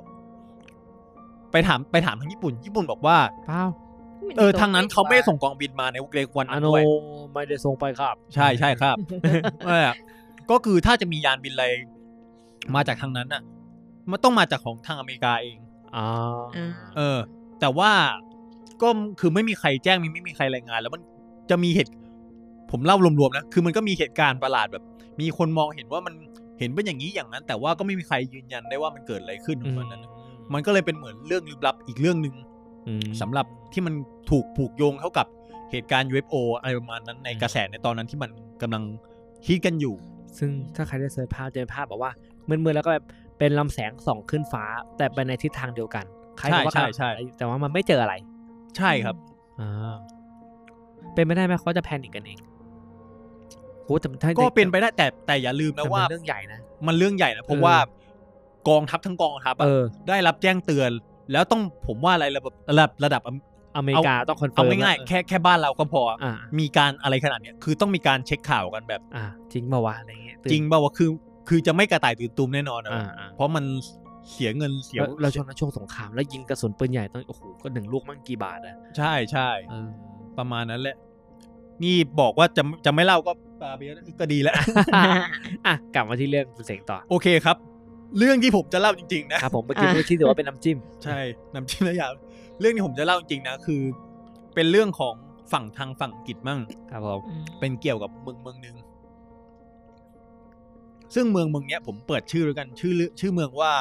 Speaker 2: ไปถามไปถามทางญี่ปุ่น ญี่ปุ่นบอกว่า
Speaker 4: เปล่า
Speaker 2: เออทางนั้นเขาไม่ส่งกองบินมาในเรกวัน
Speaker 4: อา
Speaker 2: นั้น
Speaker 4: โน
Speaker 2: ด้วย
Speaker 4: ไม่ได้ส่งไปครับ
Speaker 2: ใช่ใช่
Speaker 4: [laughs]
Speaker 2: ครับ เออก็คือถ้าจะมียานบินอะไรมาจากทางนั้นน่ะ มันต้องมาจากของทางอเมริกาเอง
Speaker 4: อ่า
Speaker 5: อ่า
Speaker 2: เออ แต่ว่าก็คือไม่มีใครแจ้งมีไม่มีใครรายงาน แล้วมันจะมีเหตุ ผมเล่ารวมๆนะคือมันก็มีเหตุการณ์ประหลาดแบบ มีคนมองเห็นว่ามันเห็นเป็นอย่างนี้อย่างนั้น แต่ว่าก็ไม่มีใครยืนยันได้ว่ามันเกิดอะไรขึ้นของมันนั้นน่ะมันก็เลยเป็นเหมือนเรื่องลึกลับอีกเรื่องหนึ่ง
Speaker 4: อืม
Speaker 2: สำหรับที่มันถูกผูกโยงเข้ากับเหตุการณ์ UFO อะไรประมาณนั้นใน
Speaker 4: อืม
Speaker 2: กระแสในตอนนั้นที่มันกำลังฮิตกันอยู่
Speaker 4: ซึ่งถ้าใครได้เสิร์ชภาพจะเป็นภาพแบบว่ามืดๆแล้วก็แบบเป็นลำแสงส่องขึ้นฟ้า แต่ไปในทิศทางเดียวกันคล้ายกับว่า
Speaker 2: ใช่ใช่ใช่
Speaker 4: แต่ว่ามันไม่เจออะไร
Speaker 2: ใช่ครับ
Speaker 4: อ่าเป็นไม่ได้ไหมเขาจะแพนิคกันเองโหแต่ถ้า
Speaker 2: ก็เป็นไปได้แต่แต่อย่าลืม
Speaker 4: แต่
Speaker 2: นะ
Speaker 4: ว่า
Speaker 2: ว่า
Speaker 4: เรื่องใหญ่นะ
Speaker 2: มันเรื่องใหญ่นะเพราะ
Speaker 4: เออ
Speaker 2: ว่ากองทัพทั้งกองทัพอะ
Speaker 4: เออ
Speaker 2: ได้รับแจ้งเตือน แล้วต้องผมว่าอะไรระดับระดับระดับอเม
Speaker 4: อเมริกาต้องคอนเฟิ
Speaker 2: เอา
Speaker 4: ร์ม
Speaker 2: ง่ายๆแค่แค่บ้านเราก็พออะ
Speaker 4: อ่า
Speaker 2: มีการอะไรขนาดเนี้ยคือต้องมีการเช็คข่าวกันแบบ
Speaker 4: อ่าจริงป่าวะอะไรเงี้ยตื่น
Speaker 2: จริงเปล่าว่าคือ คือจะไม่กระต่ายตื่นตูมแน่นอนนะ
Speaker 4: อ่าอ่า
Speaker 2: เพราะมันเสียเงินเสีย
Speaker 4: เราเราช่วงนั้นช่วงสงครามแล้วยิงกระสุนปืนใหญ่ต้องโอ้โหก็หนึ่งลูกมั่งกี่บาทอะ
Speaker 2: ใช่ใช่
Speaker 4: เออ
Speaker 2: ประมาณนั้นแหละ นี่บอกว่าจะจะไม่เล่าก็ปาเบียก็ดีแล้ว
Speaker 4: อ่ะกลับมาที่เรื่องคุณเสงต่อ
Speaker 2: [laughs] โอเคครับ เรื่องที่ผมจะเล่าจริง ๆ นะ
Speaker 4: ครับผมเมื่อกี้
Speaker 5: อ่ะ
Speaker 4: พูดชื่อแต่ว่าเป็นน้ำจิ้ม
Speaker 2: ใช่น้ำจิ้มน้ำยาเรื่องที่ผมจะเล่าจริงๆนะคือ เป็นเรื่องของฝั่งทางฝั่งอังกฤษมั่ง
Speaker 4: ครับผม
Speaker 2: เป็นเกี่ยวกับเมืองเมืองหนึ่งซึ่งเมืองเมืองเนี้ยผมเปิดชื่อแล้วกันชื่อเรื่องชื่อเมืองว่า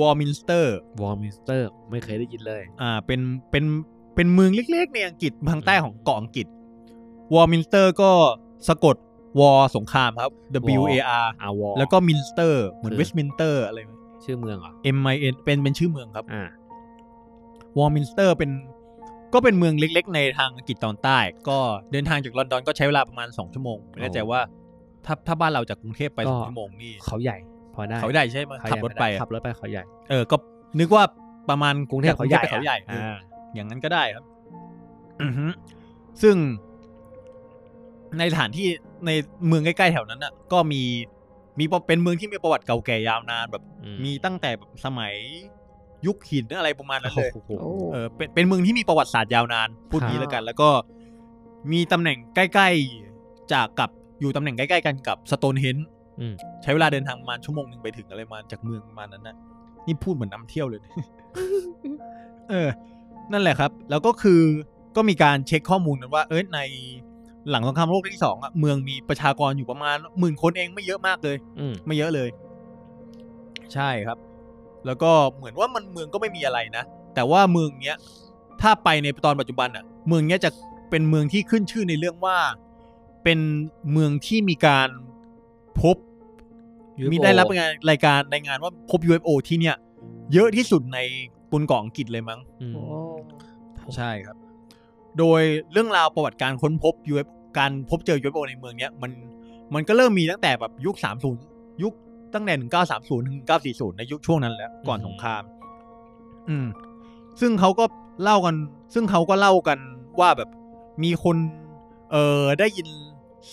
Speaker 2: วอร์มินสเตอร์
Speaker 4: วอร์มินสเตอร์ไม่เคยได้ยินเลย
Speaker 2: อ่าเป็นเป็นเป็นเมืองเล็กๆ ในอังกฤษทางใต้ของเกาะอังกฤษวอร์มินสเตอร์ก็สะกดวอสงครามครับ W A R
Speaker 4: อาวอ
Speaker 2: แล้วก็มินสเตอร์เหมือนเวสต์มินสเตอร์อะไร
Speaker 4: ชื่อเมืองเหรอ
Speaker 2: M I N เป็นเป็นชื่อเมืองครับ
Speaker 4: อ่า
Speaker 2: วอร์มินสเตอร์เป็นก็เป็นเมืองเล็ก ๆ ในทางอังกฤษตอนใต้ ก็เดินทางจากลอนดอนก็ใช้เวลาประมาณ 2 ชั่วโมงไม่แน่ใจว่าถ้าถ้าบ้านเราจากกรุงเทพไป
Speaker 4: ก็
Speaker 2: สองชั่วโมงนี่
Speaker 4: เขาใหญ่ พอได้
Speaker 2: เขาได้ใช่ไหม
Speaker 4: เขาใหญ่
Speaker 2: ขับรถไปอะ
Speaker 4: ขับรถไปเขาใหญ่
Speaker 2: เออก็นึกว่าประมาณ
Speaker 4: กรุงเทพ
Speaker 2: จ
Speaker 4: เขาใหญ่
Speaker 2: ไปเขาใหญ่
Speaker 4: อ่า
Speaker 2: อย่างนั้นก็ได้ครับอือฮึซึ่งในสถานที่ในเมืองใกล้ๆแถวนั้นน่ะ ก็มีมีประเป็นเมืองที่มีประวัติเก่าแก่ยาวนานแบบ
Speaker 4: อื
Speaker 2: มีตั้งแต่แบบสมัยยุคหินอะไรประมาณนั้นเลย
Speaker 4: โอ้โห
Speaker 5: โอ้
Speaker 2: เออเป็นเป็นเมืองที่มีประวัติศาสตร์ยาวนาน พูด
Speaker 4: ครับ
Speaker 2: นี้แล้วกัน แล้วก็มีตำแหน่งใกล้ๆ จากกับอยู่ตำแหน่งใกล้ๆกันกับสโตนเฮน
Speaker 4: อืม
Speaker 2: ใช้เวลาเดินทางประมาณชั่วโมงหนึ่งไปถึงอะไรประมาณจากเมืองประมาณนั้นนะนี่พูดเหมือนนำเที่ยวเลย [laughs] เออ นั่นแหละครับ แล้วก็คือก็มีการเช็คข้อมูลกันว่า เอ้ยในหลังสงครามโลกครั้งที่สองอะเมืองมีประชากรอยู่ประมาณหมื่นคนเองไม่เยอะมากเลย
Speaker 4: อืม
Speaker 2: ไม่เยอะเลย ใช่ครับ แล้วก็เหมือนว่ามันเมืองก็ไม่มีอะไรนะ แต่ว่าเมืองเนี้ย ถ้าไปในตอนปัจจุบันอ่ะ เมืองเนี้ยจะเป็นเมืองที่ขึ้นชื่อในเรื่องว่า เป็นเมืองที่มีการพบ มีได้รับงานรายการรายงานว่าพบ UFO ที่เนี่ย เยอะที่สุดในบนเกาะอังกฤษเลยมั้ง
Speaker 4: อืม
Speaker 5: โห
Speaker 2: ใช่ครับ โดยเรื่องราวประวัติการค้นพบ UFO การพบเจอ UFO ในเมืองเนี้ยมันมันก็เริ่มมีตั้งแต่แบบยุค 30 ยุคตั้งแต่ 1930 ถึง 1940 ในยุคช่วงนั้นแล้ว ก่อนสงคราม อืม ซึ่งเขาก็เล่ากัน ซึ่งเขาก็เล่ากันว่าแบบมีคน เอ่อได้ยิน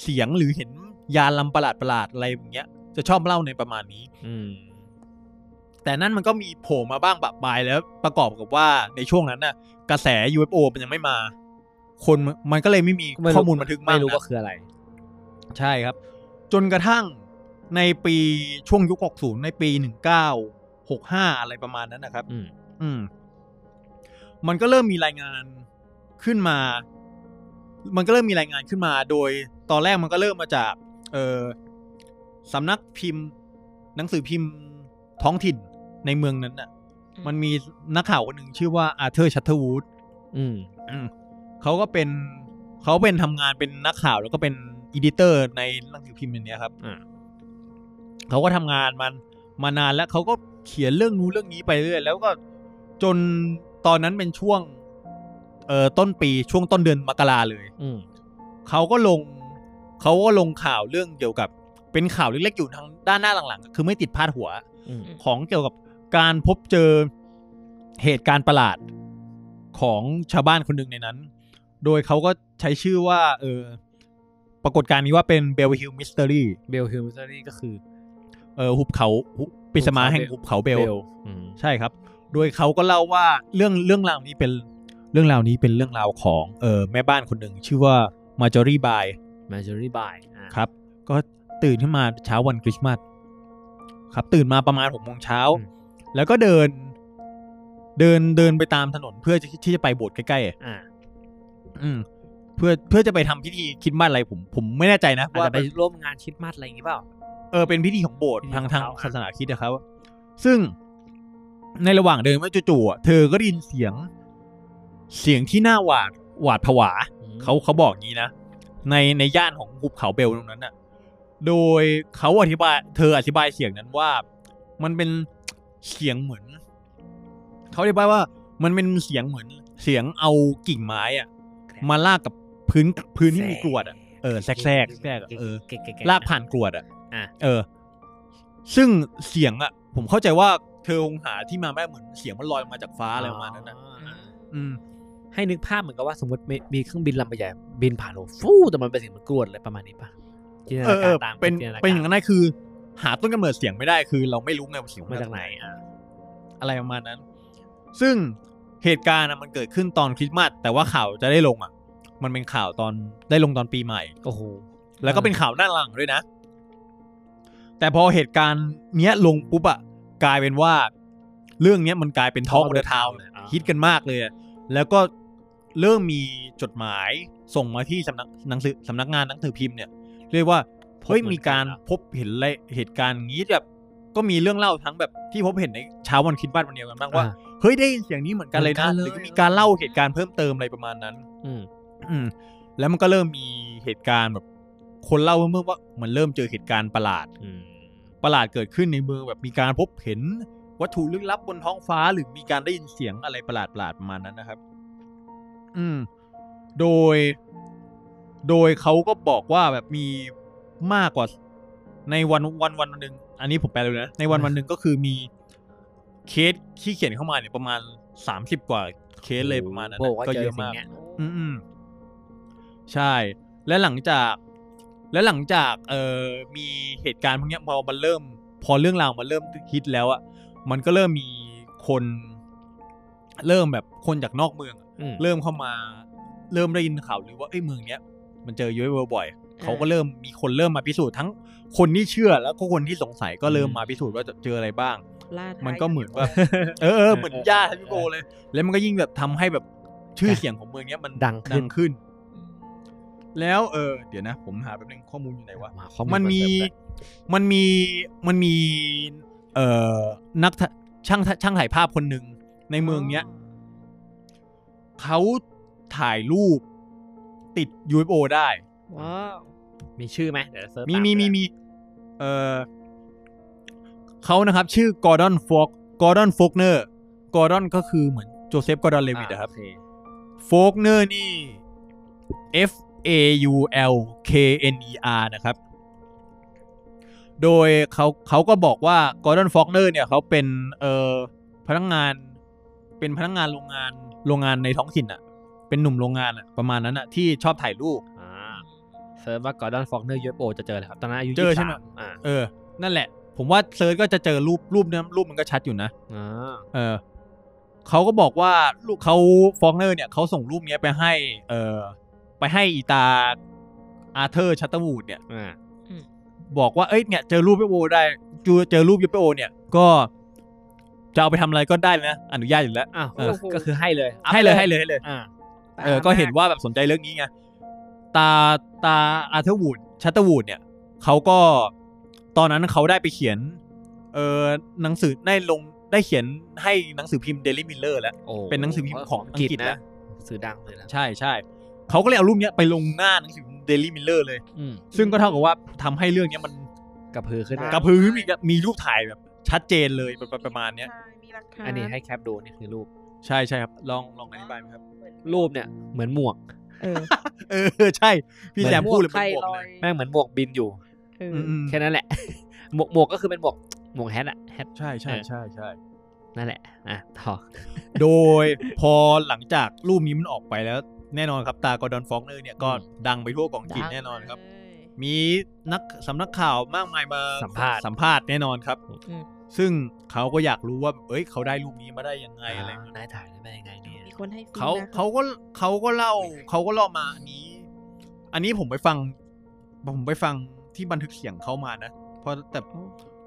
Speaker 2: เสียงหรือเห็นยานลำประหลาดประหลาดๆอะไรอย่างเงี้ย จะชอบเล่าในประมาณนี้
Speaker 4: อืม
Speaker 2: แต่นั่นมันก็มีโผล่มาบ้างปะปลายแล้วประกอบกับว่าในช่วงนั้นน่ะ กระแส UFO มันยังไม่มา คนมันก็เลยไม่มี
Speaker 4: ไรู้
Speaker 2: ข้อมูลบันทึกมาก
Speaker 4: ไม่รู้ว่า
Speaker 2: นะ
Speaker 4: คืออะไร
Speaker 2: ใช่ครับ จนกระทั่งในปีช่วงยุค 60 ในปี 1965 อะไรประมาณนั้นนะครับ
Speaker 4: อืม
Speaker 2: อืม มันก็เริ่มมีรายงานขึ้นมา มันก็เริ่มมีรายงานขึ้นมา โดยตอนแรกมันก็เริ่มมาจาก เออสำนักพิมพ์ หนังสือพิมพ์ท้องถิ่นในเมืองนั้นน่ะ
Speaker 5: อืม
Speaker 2: มันมีนักข่าวคนหนึ่งชื่อว่าอาร์เธอร์ชัตเทอร์วูด
Speaker 4: อืม
Speaker 2: อืมเขาก็เป็นเขาเป็นทำงานเป็นนักข่าวแล้วก็เป็นอีดิเตอร์ในหนังสือพิมพ์อันเนี้ยครับ
Speaker 4: อ่า
Speaker 2: เขาก็ทำงานมันมานานแล้วเขาก็เขียนเรื่องนู้นเรื่องนี้ไปเรื่อยแล้วก็จนตอนนั้นเป็นช่วงเอ่อต้นปีช่วงต้นเดือนมกราเลย
Speaker 4: อืม
Speaker 2: เขาก็ลงเขาก็ลงข่าวเรื่องเกี่ยวกับ เป็นข่าวเล็กๆอยู่ทางด้านหน้าหลังๆ คือไม่ติดพาดหัว
Speaker 4: อืม
Speaker 2: ของเกี่ยวกับการพบเจอเหตุการณ์ประหลาดของชาวบ้านคนหนึ่งในนั้น โดยเขาก็ใช้ชื่อว่า เออ ปรากฏการณ์นี้ว่าเป็นเบลฮิลมิสเตอรี่
Speaker 4: เบลฮิลมิสเตอรี่ก็คือ
Speaker 2: เออหุบเขาหุบปริศมาแห่งหุบเขาเบล
Speaker 4: อืม
Speaker 2: ใช่ครับ โดยเขาก็เล่าว่าเรื่องเรื่องราวนี้เป็นเรื่องราวนี้เป็นเรื่องราวของเออแม่บ้านคนหนึ่งชื่อว่ามาจอรี่บาย
Speaker 4: มาจอรี่บาย
Speaker 2: ครับ ก็ตื่นขึ้นมาเช้าวันคริสต์มาสครับ ตื่นมาประมาณหกโมงเช้า แล้วก็เดิน เดินเดินไปตามถนนเพื่อที่ที่จะไปโบสถ์ใกล้ๆอ่ะ
Speaker 4: อ่า
Speaker 2: อืม เพื่อเพื่อจะไปทำพิธีคริดมาสอะไรผม ผมไม่แน่ใจนะ
Speaker 4: อาจ
Speaker 2: ว่า
Speaker 4: จะไปร่วมงานคริดมาสอะไรอย่างงี้เปล่า
Speaker 2: เออเป็นพิธีของโบสถ์ทาง
Speaker 4: พิธี
Speaker 2: ทาง
Speaker 4: ของเขา
Speaker 2: ศาสนาคริดนะครับ ซึ่งในระหว่างเดินว่าจู่ๆอ่ะเธอก็ได้ยินเสียง เสียงที่น่าหวาดหวาดผวา เขาเขาบอกงี้นะ ในในย่านของหุบเขาเบลตรงนั้นน่ะ โดยเขาอธิบาย เธออธิบายเสียงนั้นว่า มันเป็นเสียงเหมือนเขาอธิบายว่า มันเป็นเสียงเหมือน เสียงเอากิ่งไม้อะมาลากกับพื้นพื้นที่มีกรวดอะเออแทรกแทรกแทรกอะเออ
Speaker 4: เก๋ๆ
Speaker 2: ลากผ่านกรวดอะ
Speaker 4: อ่ะ
Speaker 2: เออ ซึ่งเสียงอะผมเข้าใจว่าเธอคงหาที่มาไม่ได้เหมือนเสียงมันลอยมาจากฟ้าอะไรประมาณนั้นนะ
Speaker 4: อ่า
Speaker 2: อืม
Speaker 4: ให้นึกภาพเหมือนกับว่าสมมติมีมีเครื่องบินลำใหญ่บินผ่านโลกฟูแต่มันเป็นเสียงเหมันกรวดอะไรประมาณนี้ป่ะจินต
Speaker 2: เอ
Speaker 4: นา
Speaker 2: อเอ
Speaker 4: การ
Speaker 2: อ
Speaker 4: ตาม
Speaker 2: เป็น
Speaker 4: จิตกร
Speaker 2: เป็นอย่างนั้นได้คือ หาต้นกำเนิดเสียงไม่ได้คือ เราไม่รู้ไงว่าเสียง
Speaker 4: มาจากไหนอ่ะ
Speaker 2: อะไรประมาณนั้น ซึ่งเหตุการณ์อะมันเกิดขึ้นตอนคริสต์มาสแต่ว่าข่าวจะได้ลงอ่ะ มันเป็นข่าวตอนได้ลงตอนปีใหม่
Speaker 4: โอ้โห
Speaker 2: แล้วก็เป็นข่าวหน้าหลังด้วยนะ แต่พอเหตุการณ์เนี้ยลงปุ๊บอะกลายเป็นว่า เรื่องเนี้ยมันกลายเป็นทอ
Speaker 4: Talk
Speaker 2: ล์ก
Speaker 4: of
Speaker 2: เด
Speaker 4: the
Speaker 2: อะทาว
Speaker 4: Town เลยอ่า
Speaker 2: ฮิตกันมากเลยอะแล้วก็เริ่มมีจดหมายส่งมาที่สำนักหนังสือสำนักงานหนังสือพิมพ์เนี่ย เรียกว่าเฮ้ยมีการพบเห็นอะไรเหตุการณ์งี้แบบก็มีเรื่องเล่าทั้งแบบที่พบเห็นในเช้าวันคริดบ้านวันเดียวกันบ้างว่า
Speaker 4: อ่ะ
Speaker 2: เฮ้ยได้ยินเสียงนี้เหมือนกันเลยนะ
Speaker 4: เหมือนกัน
Speaker 2: ห
Speaker 4: เลย
Speaker 2: รือมีการเล่าเหตุการณ์เพิ่มเติมอะไรประมาณนั้น
Speaker 4: อืม
Speaker 2: อืมแล้วมันก็เริ่มมีเหตุการณ์แบบ คนเล่าเมื่อว่ามันเริ่มเจอเหตุการณ์ประหลาด
Speaker 4: อืม
Speaker 2: ประหลาดเกิดขึ้นในเมืองแบบมีการพบเห็นวัตถุลึกลับบนท้องฟ้าหรือมีการได้ยินเสียงอะไรประหลาดประหลาดๆประมาณนั้นนะครับ อืม โดย โดยเขาก็บอกว่าแบบมีมากกว่าในวันวันวันหนึ่งอันนี้ผมแปลเลยนะในวันวันหนึ่งก็คือมีเคสที่เขียนเข้ามาเนี่ยประมาณสามสิบกว่าเคสเลยประมาณนั้นนะ
Speaker 4: บอกว่า
Speaker 2: ก็
Speaker 4: เจ
Speaker 2: เย
Speaker 4: อ
Speaker 2: อะ
Speaker 4: สิ่
Speaker 2: มาง ก
Speaker 4: เนี้ย
Speaker 2: อืมอืมใช่ และหลังจาก และหลังจากเอ่อมีเหตุการณ์พวกเนี้ยพอมันเริ่ม พอเรื่องราวมันเริ่มฮิตแล้วอะมันก็เริ่มมีคน เริ่มแบบคนจากนอกเมืองอะ
Speaker 4: อืม
Speaker 2: เริ่มเข้ามา เริ่มได้ยินข่าวหรือว่าเอ้ยเมืองเนี้ยมันเจอยูเอฟโอบ่อยเขาก็เริ่มมีคนเริ่มมาพิสูจน์ทั้งคนที่เชื่อแล้วก็คนที่สงสัยก็เริ่มมาพิสูจน์ว่าจะเจออะไรบ้าง
Speaker 5: ล่าท้าย
Speaker 2: มันก็เหมือนว่า เออเออเหมือนญาติพี่โกเลย แล้วมันก็ยิ่งแบบทำให้แบบชื่อเสียงของเมืองเนี้ยมัน
Speaker 4: ดังขึ้น
Speaker 2: ขึ้น แล้วเออเดี๋ยวนะ ผมหาแป๊บนึงข้อมูลอยู่ไหนวะ
Speaker 4: าข้อล
Speaker 2: มันมี
Speaker 4: เพิ่เติได้
Speaker 2: มันมีมันมี เอ่อนักถ่าช่างช่างถ่ายภาพคนหนึ่งในเมืองเนี้ยเขาถ่ายรูปติด UFO ได้
Speaker 5: ว้าว
Speaker 4: มีชื่อไหมเดี๋ยวเซิร์ช
Speaker 2: มี
Speaker 4: ตา
Speaker 2: มี
Speaker 4: ก็
Speaker 2: มี
Speaker 4: ได้
Speaker 2: มีเออเขานะครับ ชื่อกอร์ดอนฟอกกอร์ดอนฟกเนอร์กอร์ดอนก็คือเหมือนโจเซฟกอร์ดอนเลวิดนะครับ
Speaker 4: อ่าโอเค
Speaker 2: ฟกเนอร์นี่ F A U L K N E R นะครับ โดยเขาเขาก็บอกว่ากอร์ดอนฟอกเนอร์เนี่ยเขาเป็นเออพนักงานเป็นพนักงานโรงงานโรงงานในท้องถิ่นอะเป็นหนุ่มโรงงานอะประมาณนั้นอะที่ชอบถ่ายรูป
Speaker 4: อ่าเซิร์ชว่ากอร์ดอนฟอกเนอร์ยูเอฟโอจะเจอเลยครับตอนนั้นอายุ
Speaker 2: เจอ
Speaker 4: ยี่สิบ
Speaker 2: ใช่ไหม
Speaker 4: สามอ่า
Speaker 2: เออ นั่นแหละ ผมว่าเซิร์ชก็จะเจอรูปรูปเนี้ยรูปมันก็ชัดอยู่นะ
Speaker 4: อ่า
Speaker 2: เออเขาก็บอกว่าลูกเขาฟองเนอร์เนี่ยเขาส่งรูปเนี้ยไปให้ เออไปให้อีตาอาเธอร์ชัตเตอร์วูดเนี่ย
Speaker 4: อ่า
Speaker 2: บอกว่าเอ้ยเนี่ยเจอรูปยูโอได้จูเจอรูปยูโอเนี่ย ก็จะเอาไปทำอะไรก็ได้นะ อนุญาตอยู่แล้ว
Speaker 4: อ้าว
Speaker 2: เออ
Speaker 4: ก็คือให้เลย
Speaker 2: ให้เลยให้เลยให้เลย
Speaker 4: อ่า
Speaker 2: เออ ก็เห็นว่าแบบสนใจเรื่องนี้ไง ตาตาอาร์เธอร์วูดชัตเตอร์วูดเนี่ยเขาก็ตอนนั้นเขาได้ไปเขียน เออหนังสือได้ลงได้เขียนให้หนังสือพิมพ์เดลิมิลเลอร์แล้ว
Speaker 4: โอ้
Speaker 2: เป็นหนังสือพิมพ์ของอังกฤษนะ
Speaker 4: สื่อดังเลยนะ
Speaker 2: ใช่ใช่เขาก็เลยเอารูปเนี้ยไปลงหน้าหนังสือเดลิมิลเลอร์เลย
Speaker 4: อืม
Speaker 2: ซึ่งก็เท่ากับว่าทำให้เรื่องเนี้ยมัน
Speaker 4: กระพือขึ้นมาก
Speaker 2: ระพือมีมีรูปถ่ายแบบชัดเจนเลยประประประมาณเนี้ย
Speaker 5: ใช่มีหลักฐาน
Speaker 4: อันนี้ให้แคปดูนี่คือรูป
Speaker 2: ใช่ใช่ครับ ลองลองอธิบายไหมครับ
Speaker 4: รูปเนี่ยเหมือนหมวก
Speaker 5: เออ
Speaker 2: เออใช่ พี่แซมพูดเลย
Speaker 5: ใค
Speaker 2: เป็
Speaker 5: ร
Speaker 2: นหมวก
Speaker 5: ล
Speaker 2: เล
Speaker 5: อย
Speaker 2: ย
Speaker 4: แม่งเหมือนหมวกบินอยู่
Speaker 5: เออ
Speaker 2: อืม
Speaker 5: อ
Speaker 2: อืม
Speaker 4: แค่นั้นแหละ [laughs] หมวกหมวกก็คือเป็นหมวกหมวกแฮทอะแฮท
Speaker 2: ใช่ใช่ใช่ใช่
Speaker 4: นั่นแหละอ่ะต่อ
Speaker 2: โดยพอหลังจากรูปนี้มันออกไปแล้ว แน่นอนครับตากอร์ดอนฟองเนอร์เนี่ยก็ดังไปทั่วกองจีนแน่นอนครับ มีนักสำนักข่าวมากมายมา
Speaker 4: สัมภาษณ์
Speaker 2: สัมภาษณ์แน่นอนครับ
Speaker 5: อืม
Speaker 2: ซึ่งเขาก็อยากรู้ว่า เอ้ย เขาได้รูปนี้มาได้ยังไงอะไรเงี้ย
Speaker 4: นายถ่ายได้ยังไงเนี่ย
Speaker 5: มีคนให้ฟรี
Speaker 2: เขา
Speaker 5: นะ
Speaker 2: เขาก็เขาก็เล่า เขาก็เล่ามาอันนี้ อันนี้ผมไปฟัง ผมไปฟังที่บันทึกเสียงเขามานะเพราะแต่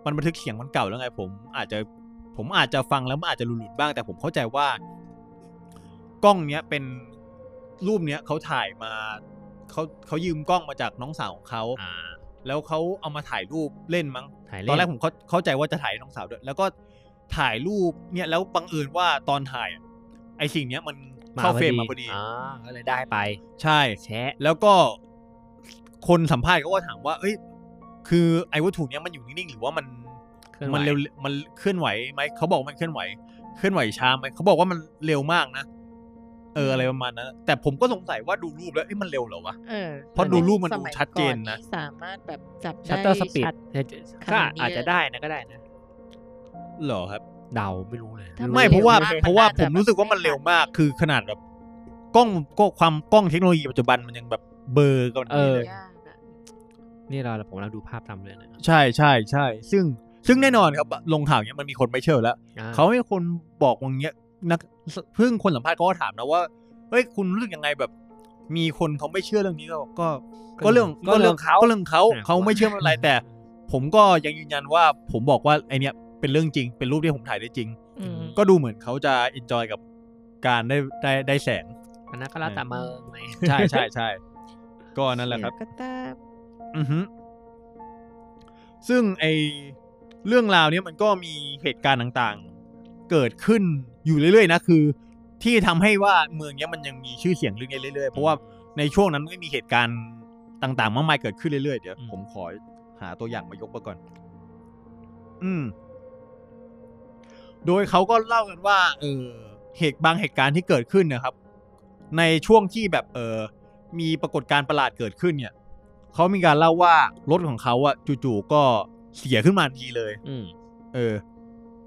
Speaker 2: มันบันทึกเสียงมันเก่าแล้วไง ผมอาจจะผมอาจจะฟังแล้วมันอาจจะหลุดๆบ้าง แต่ผมเข้าใจว่า กล้องเนี้ยเป็นรูปเนี้ยเขาถ่ายมาเขาเขายืมกล้องมาจากน้องสาวของเขา
Speaker 4: อ่า
Speaker 2: แล้วเขาเอามาถ่ายรูปเล่นมั้ง
Speaker 4: ถ่ายเล่
Speaker 2: ตอนแรกผมเข้าเข้าใจว่าจะถ่ายน้องสาวด้วย แล้วก็ถ่ายรูปเนี่ยแล้วบังเอิญว่าตอนถ่ายอะไอสิ่งเนี้ยมันเข้าเฟรมมาพอดี
Speaker 4: อ่าก็เลยได้ไป
Speaker 2: ใช่
Speaker 4: แชะ
Speaker 2: แล้วก็คนสัมภาษณ์เขาก็ถามว่า เอ้ย คือไอ้วัตถุเนี้ยมันอยู่นิ่งๆ หรือว่ามัน
Speaker 4: เคลื่อนไหว
Speaker 2: มัเร็ว มันเคลื่อนไหวไหม เขาบอกว่ามันเคลื่อนไหว เคลื่อนไหวช้าไหม เขาบอกว่ามันเร็วมากนะ เอออะไรประมาณนั้น แต่ผมก็สงสัยว่าดูรูปแล้วเอ้ยมันเร็วเหรอวะ
Speaker 5: เออ
Speaker 2: เพราะดูรูปมันดู
Speaker 5: สย
Speaker 2: ชัดเจนนะ
Speaker 5: ก่อสามารถแบบจับได้
Speaker 4: ชัตเตอร์สปีด
Speaker 5: ชั ข
Speaker 4: ก็
Speaker 5: นาดนี้
Speaker 4: อาจจะได้นะก็ได้นะ
Speaker 2: เหรอครับ
Speaker 4: เดาไม่รู้เลย
Speaker 5: ถ้า
Speaker 2: ไม่
Speaker 5: น
Speaker 2: เพราะว่า
Speaker 5: เร็วมาก
Speaker 2: เพราะว่า
Speaker 5: มันอา
Speaker 2: ผ
Speaker 5: จจะ
Speaker 2: มรู้สึกว่ามันเร็วมากคือขนาดแบบกล้องก็ความกล้องเทคโนโลยีปัจจุบันมันยังแบบเบลอร์กัน
Speaker 4: เออ
Speaker 2: เลย
Speaker 5: ยากอะ
Speaker 4: นี่เราผมเราดูภาพทำเลยนะ
Speaker 2: ใช่ใช่ใช่ ซึ่งซึ่งแน่นอนครับลงข่าวเนี้ยมันมีคนไม่เชื่อแล้ว
Speaker 4: อ่
Speaker 2: เขาให้คนบอกว่าเนี้ยนักเพิ่งคนสัมภาษณ์เขาก็ถามนะว่าเฮ้ยคุณรู้สึกยังไงแบบ มีคนเขาไม่เชื่อเรื่องนี้ก็ก็ ก็เรื่อง
Speaker 4: ก็เรื่องเขา
Speaker 2: ก็เรื่องเขา
Speaker 4: อ่ะ
Speaker 2: เขาไม่เชื่อไม่เป็นไรแต่ ผมก็ยังยืนยันว่าผมบอกว่าไอเนี้ยเป็นเรื่องจริง เป็นรูปที่ผมถ่ายได้จริง
Speaker 5: อืม
Speaker 2: ก็ดูเหมือนเขาจะอินจอยกับการได้ได้ได้แสง
Speaker 4: อันนั้นก็แล้วแต่เมืองไง
Speaker 2: ใช่ใช่ใช่ [laughs] ก็นั่นแหละครับ
Speaker 5: ก็ตาม
Speaker 2: อือฮึซึ่งไอเรื่องราวเนี้ยมันก็มีเหตุการณ์ต่างๆ เกิดขึ้นอยู่เรื่อยๆนะคือ ที่ทำให้ว่าเมืองเนี้ยมันยังมีชื่อเสียงเรื่องนี้เรื่อยๆ เพราะว่าในช่วงนั้นมันก็มีเหตุการณ์ต่างๆมากมายเกิดขึ้นเรื่อยๆเดี๋ยวผมขอหาตัวอย่างมายกมาก่อน อืม โดยเขาก็เล่ากันว่า เออเหตุบางเหตุการณ์ที่เกิดขึ้นนะครับ ในช่วงที่แบบเออมีปรากฏการณ์ประหลาดเกิดขึ้นเนี่ย เขามีการเล่าว่ารถของเขาอะจู่ๆก็เสียขึ้นมาทันทีเลย
Speaker 4: อืม
Speaker 2: เออ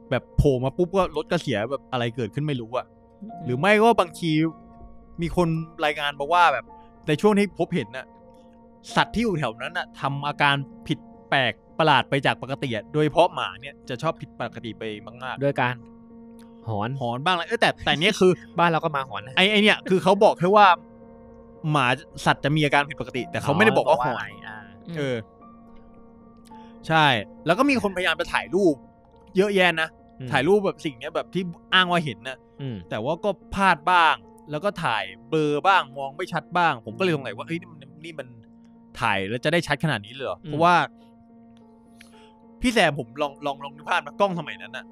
Speaker 2: แบบโผล่มาปุ๊บก็รถก็เสียแบบอะไรเกิดขึ้นไม่รู้อะหรือไม่ก็บางทีมีคนรายงานมาว่าแบบในช่วงที่พบเห็นน่ะสัตว์ที่อยู่แถวนั้นน่ะทำอาการผิดแปลกประหลาดไปจากปกติอะโดยเฉพาะหมาเนี่ยจะชอบผิดปกติไปมาก
Speaker 4: ด้วยการหอน
Speaker 2: ๆหอนบ้างอะไรเออแต่แต่เนี้ยคือ
Speaker 4: บ้านเราก็มาหอนนะ
Speaker 2: ไอไอเนี่ยคือเขาบอกแค่ว่าหมาสัตว์จะมีอาการผิดปกติ แต่เขาไม่ได้บอกว่าหอ
Speaker 4: ะ
Speaker 2: น
Speaker 4: ไรอ่า
Speaker 2: เออ ใช่ แล้วก็มีคนพยายามจะถ่ายรูป เยอะแยะนะ ถ่ายรูปแบบสิ่งเนี้ยแบบที่อ้างว่าเห็นนะ
Speaker 4: อืม
Speaker 2: แต่ว่าก็พลาดบ้าง แล้วก็ถ่ายเบลอบ้างมองไม่ชัดบ้าง ผมก็เลยสงสัยว่าเอ้ยนี่มันนี่มันถ่ายแล้วจะได้ชัดขนาดนี้เลยเหรอเพราะว่า พี่แซมผมลองลองลองนึกภาพนะกล้องสมัยนั้นน่ะ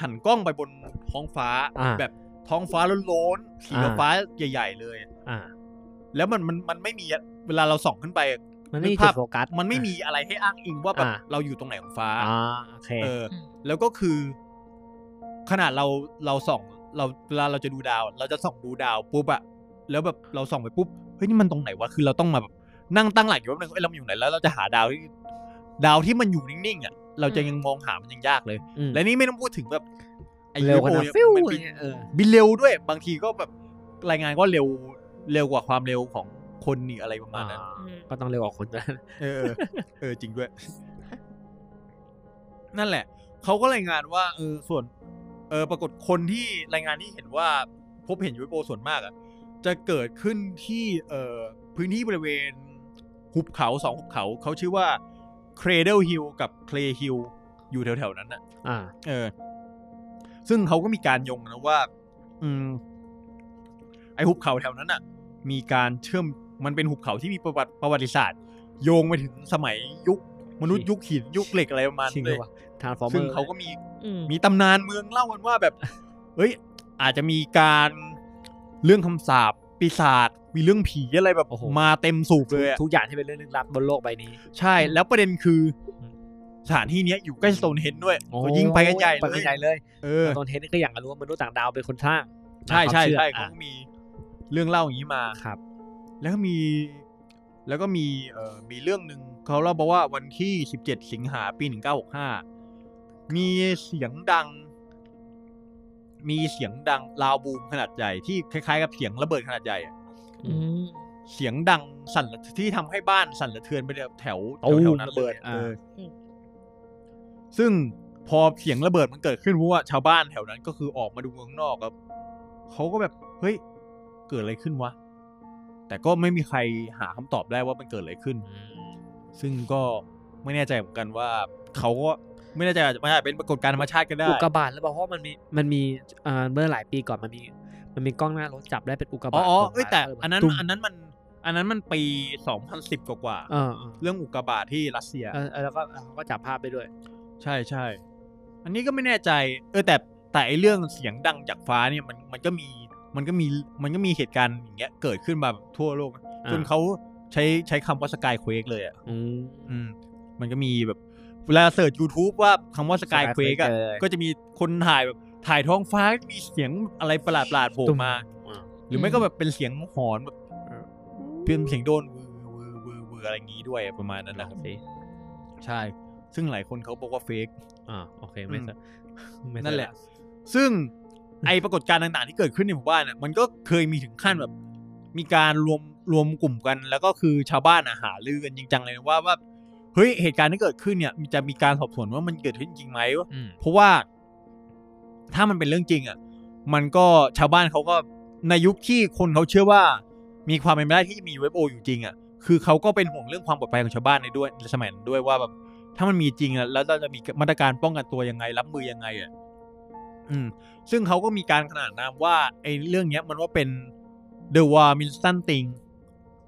Speaker 2: หันกล้องไปบนท้องฟ้า
Speaker 4: อ่า
Speaker 2: แบบท้องฟ้าโล้นๆสี
Speaker 4: อ่า
Speaker 2: ฟ้าใหญ่ๆเลย
Speaker 4: อ่า
Speaker 2: แล้วมันมันมันไม่มีเวลาเราส่องขึ้นไป
Speaker 4: มันไม่มี
Speaker 2: นึก
Speaker 4: จุ
Speaker 2: ภาพ
Speaker 4: ดโฟกัส
Speaker 2: มันไม่มีอะไรให้อ้างอิงว่าแบบ
Speaker 4: อ่า
Speaker 2: เราอยู่ตรงไหนของฟ้า
Speaker 4: อ่าโอเค
Speaker 2: เออ
Speaker 5: อืม
Speaker 2: แล้วก็คือ ขนาดเราเราส่อง เราเวลาเราจะดูดาว เราจะส่องดูดาวปุ๊บอะแล้วแบบเราส่องไปปุ๊บเฮ้ยนี่มันตรงไหนวะคือเราต้องมาแบบนั่งตั้งหลักอยู่แป๊บนึงเอ้ยเราอยู่ไหนแล้วเราจะหาดาวที่ดาวที่มันอยู่นิ่งๆอะเราจะยังมองหามันยังยากเลย
Speaker 4: ม
Speaker 2: และนี่ไม่ต้องพูดถึงแบบไอ้
Speaker 4: เร็วข
Speaker 2: UFO
Speaker 4: นาด
Speaker 2: เนี่ย
Speaker 4: ฟิว
Speaker 2: มัน
Speaker 4: เล
Speaker 2: บิ
Speaker 4: ย
Speaker 2: น
Speaker 4: เออ
Speaker 2: บินเร็วด้วย บางทีก็แบบรายงานก็เร็วเร็วกว่าความเร็วของคนนี่อะไรประมา
Speaker 4: อ่า
Speaker 2: ณนั้น
Speaker 4: ก็ต้องเร็วกว่าคนนะ
Speaker 2: เออเออ เออ จริงด้วย นั่นแหละ เขาก็รายงานว่าเออส่วน เออปรากฏคนที่รายงานที่เห็นว่า พบเห็นยูเอฟโอส่วนมากอ่ะ จะเกิดขึ้นที่เออพื้นที่บริเวณ หุบเขาสองหุบเขา เขาชื่อว่า Cradle Hill กับ Clay Hill อยู่แถวๆนั้นน่ะ
Speaker 4: อ่า
Speaker 2: เออ ซึ่งเขาก็มีการโยงนะว่า อืม ไอหุบเขาแถวนั้นอ่ะ มีการเชื่อมมันเป็นหุบเขาที่มีประวัติประวัติศาสตร์ โยงไปถึงสมัยยุค มนุษย์
Speaker 4: จริง
Speaker 2: ยุคหินยุคเหล็กอะไรประมาณ
Speaker 4: จริง
Speaker 2: นั้
Speaker 4: เล
Speaker 2: นเลย ย
Speaker 4: ว่ะทาร์ฟอร์เมอ
Speaker 2: ซึ่ง
Speaker 4: ร์
Speaker 2: เขาก็มี
Speaker 5: อืม
Speaker 2: มีตำนานเมืองเล่ากันว่าแบบ เอ้ย อาจจะมีการเรื่องคำสาปปีศาจมีเรื่องผีอะไรแบบมาเต็มสูบเลยอะ
Speaker 4: ทุกอย่างที่เป็นเรื่องลึกลับบนโลกใบนี้
Speaker 2: ใช่แล้วประเด็นคืออ
Speaker 4: ม
Speaker 2: สถานที่เนี้ยอยู่ใกล้สโตนเฮนจ์ด้วย
Speaker 4: โอ้
Speaker 2: ก็ยิ่งไปกันใหญ่
Speaker 4: ไป
Speaker 2: เล
Speaker 4: กัน
Speaker 2: ย
Speaker 4: ใหญ่เลย
Speaker 2: เออ
Speaker 4: ตอนเทนนี่ก็อย่างกับรู้ว่ามนุษย์ต่างดาวเป็นคนสร้าง
Speaker 2: ใช่ใช่
Speaker 4: ตามความเอ
Speaker 2: ใช่เขา
Speaker 4: อ่ะ
Speaker 2: ก็มีเรื่องเล่าอย่างนี้มา
Speaker 4: ครับ
Speaker 2: แล้วก็มี แล้วก็มีเอ่อมีเรื่องหนึ่งเขาเล่าบอกว่าวันที่ 17 สิงหาปี 1965 มีเสียงดัง มีเสียงดังลาวบูมขนาดใหญ่ที่คล้ายๆกับเสียงระเบิดขนาดใหญ่อะ
Speaker 4: อื
Speaker 2: เสียงดังสั่นระที่ทำให้บ้านสั่นสะเทือนไปแถวแถวแถวๆนั้น
Speaker 4: ระ
Speaker 2: เล
Speaker 4: เบิ
Speaker 2: ย
Speaker 4: ด
Speaker 2: เอออ
Speaker 5: ม
Speaker 2: ซึ่งพอเสียงระเบิดมันเกิดขึ้นเพราะว่าชาวบ้านแถวนั้นก็คือออกมาดูข้างนอกครับเขาก็แบบเฮ้ยเกิดอะไรขึ้นวะแต่ก็ไม่มีใครหาคำตอบได้ว่ามันเกิดอะไรขึ้น ซึ่งก็ไม่แน่ใจเหมือนกันว่าเขาก็ไม่แน่ใจอาจจะอาจเป็นปรากฏการณ์ธรรมชาติก็ได้
Speaker 4: อุกกาบาตแล้วบอกเพราะว่ามันมีมันมีเอ่อเมื่อหลายปีก่อนมันมี มันมีกล้องหน้ารถจับได้เป็นอุกกา
Speaker 2: อ๋
Speaker 4: บา
Speaker 2: อ
Speaker 4: ต
Speaker 2: อ๋อ
Speaker 4: ตรง
Speaker 2: เอ้ยแต่
Speaker 4: เ
Speaker 2: อันนั้น
Speaker 4: ตุ้ม
Speaker 2: อันนั้นมัน อันนั้นมันปี 2010 กว่ากว่าๆ
Speaker 4: เออเออ
Speaker 2: เรื่องอุกกาบาตที่รัสเซีย
Speaker 4: เออเออแล้วก็เขาก็จับภาพไปด้วย
Speaker 2: ใช่ใช่ อันนี้ก็ไม่แน่ใจ เออแต่แต่ไอเรื่องเสียงดังจากฟ้าเนี่ยมันมันก็มีมันก็มีมันก็มีเหตุการณ์อย่างเงี้ยเกิดขึ้นมาแบบทั่วโลกนะ
Speaker 4: อ่า
Speaker 2: จนเขาใช้ใช้คำว่าสกายเควกเลยอ่ะ
Speaker 4: อืม
Speaker 2: อืมมันก็มีแบบเวลาเสิร์ช YouTube ว่าคำว่าสกาย
Speaker 4: Sky
Speaker 2: เควกอะ
Speaker 4: Quake เลย
Speaker 2: ก็จะมีคนถ่ายแบบถ่ายท้องฟ้ามีเสียงอะไรประหลาดๆโผล่
Speaker 4: ตุ้ม
Speaker 2: มา หรือไม่ก็แบบเป็นเสียงหอนแบบเป็นเสียงโดนวือวือวือวืออะไรอย่างงี้ด้วยอะประมาณนั้นนะครับ
Speaker 4: สิ
Speaker 2: ใช่ ซึ่งหลายคนเขาบอกว่าเฟก
Speaker 4: อ่าโอเค [laughs] ไม่ใช่ไม่ใช่
Speaker 2: นั่นแหละ ซึ่ง [laughs] ไอปรากฏการณ์ต่างๆที่เกิดขึ้นในหมู่บ้านน่ะมันก็เคยมีถึงขั้นแบบ มีการรวมรวมกลุ่มกัน แล้วก็คือชาวบ้านอะหาลือกันจริงจังเลยว่าว่าเฮ้ยเหตุการณ์ที่เกิดขึ้นเนี่ยมันจะมีการสอบสวนว่ามันเกิดขึ้นจริงไหม
Speaker 4: อืม
Speaker 2: เพราะว่าถ้ามันเป็นเรื่องจริงอ่ะมันก็ชาวบ้านเขาก็ในยุคที่คนเขาเชื่อว่า มีความเป็นไปได้ที่จะมีเว็บโออยู่จริงอ่ะคือเขาก็เป็นห่วงเรื่องความปลอดภัยของชาวบ้านในด้วยในสมัยนั้นด้วยว่าแบบ ถ้ามันมีจริงอะแล้วเราจะมีมาตรการป้องกันตัวยังไง รับมือยังไงอ่ะ อืม ซึ่งเขาก็มีการขนานนามว่าไอ้เรื่องเนี้ยมันว่าเป็น The War m i n s t o n Thing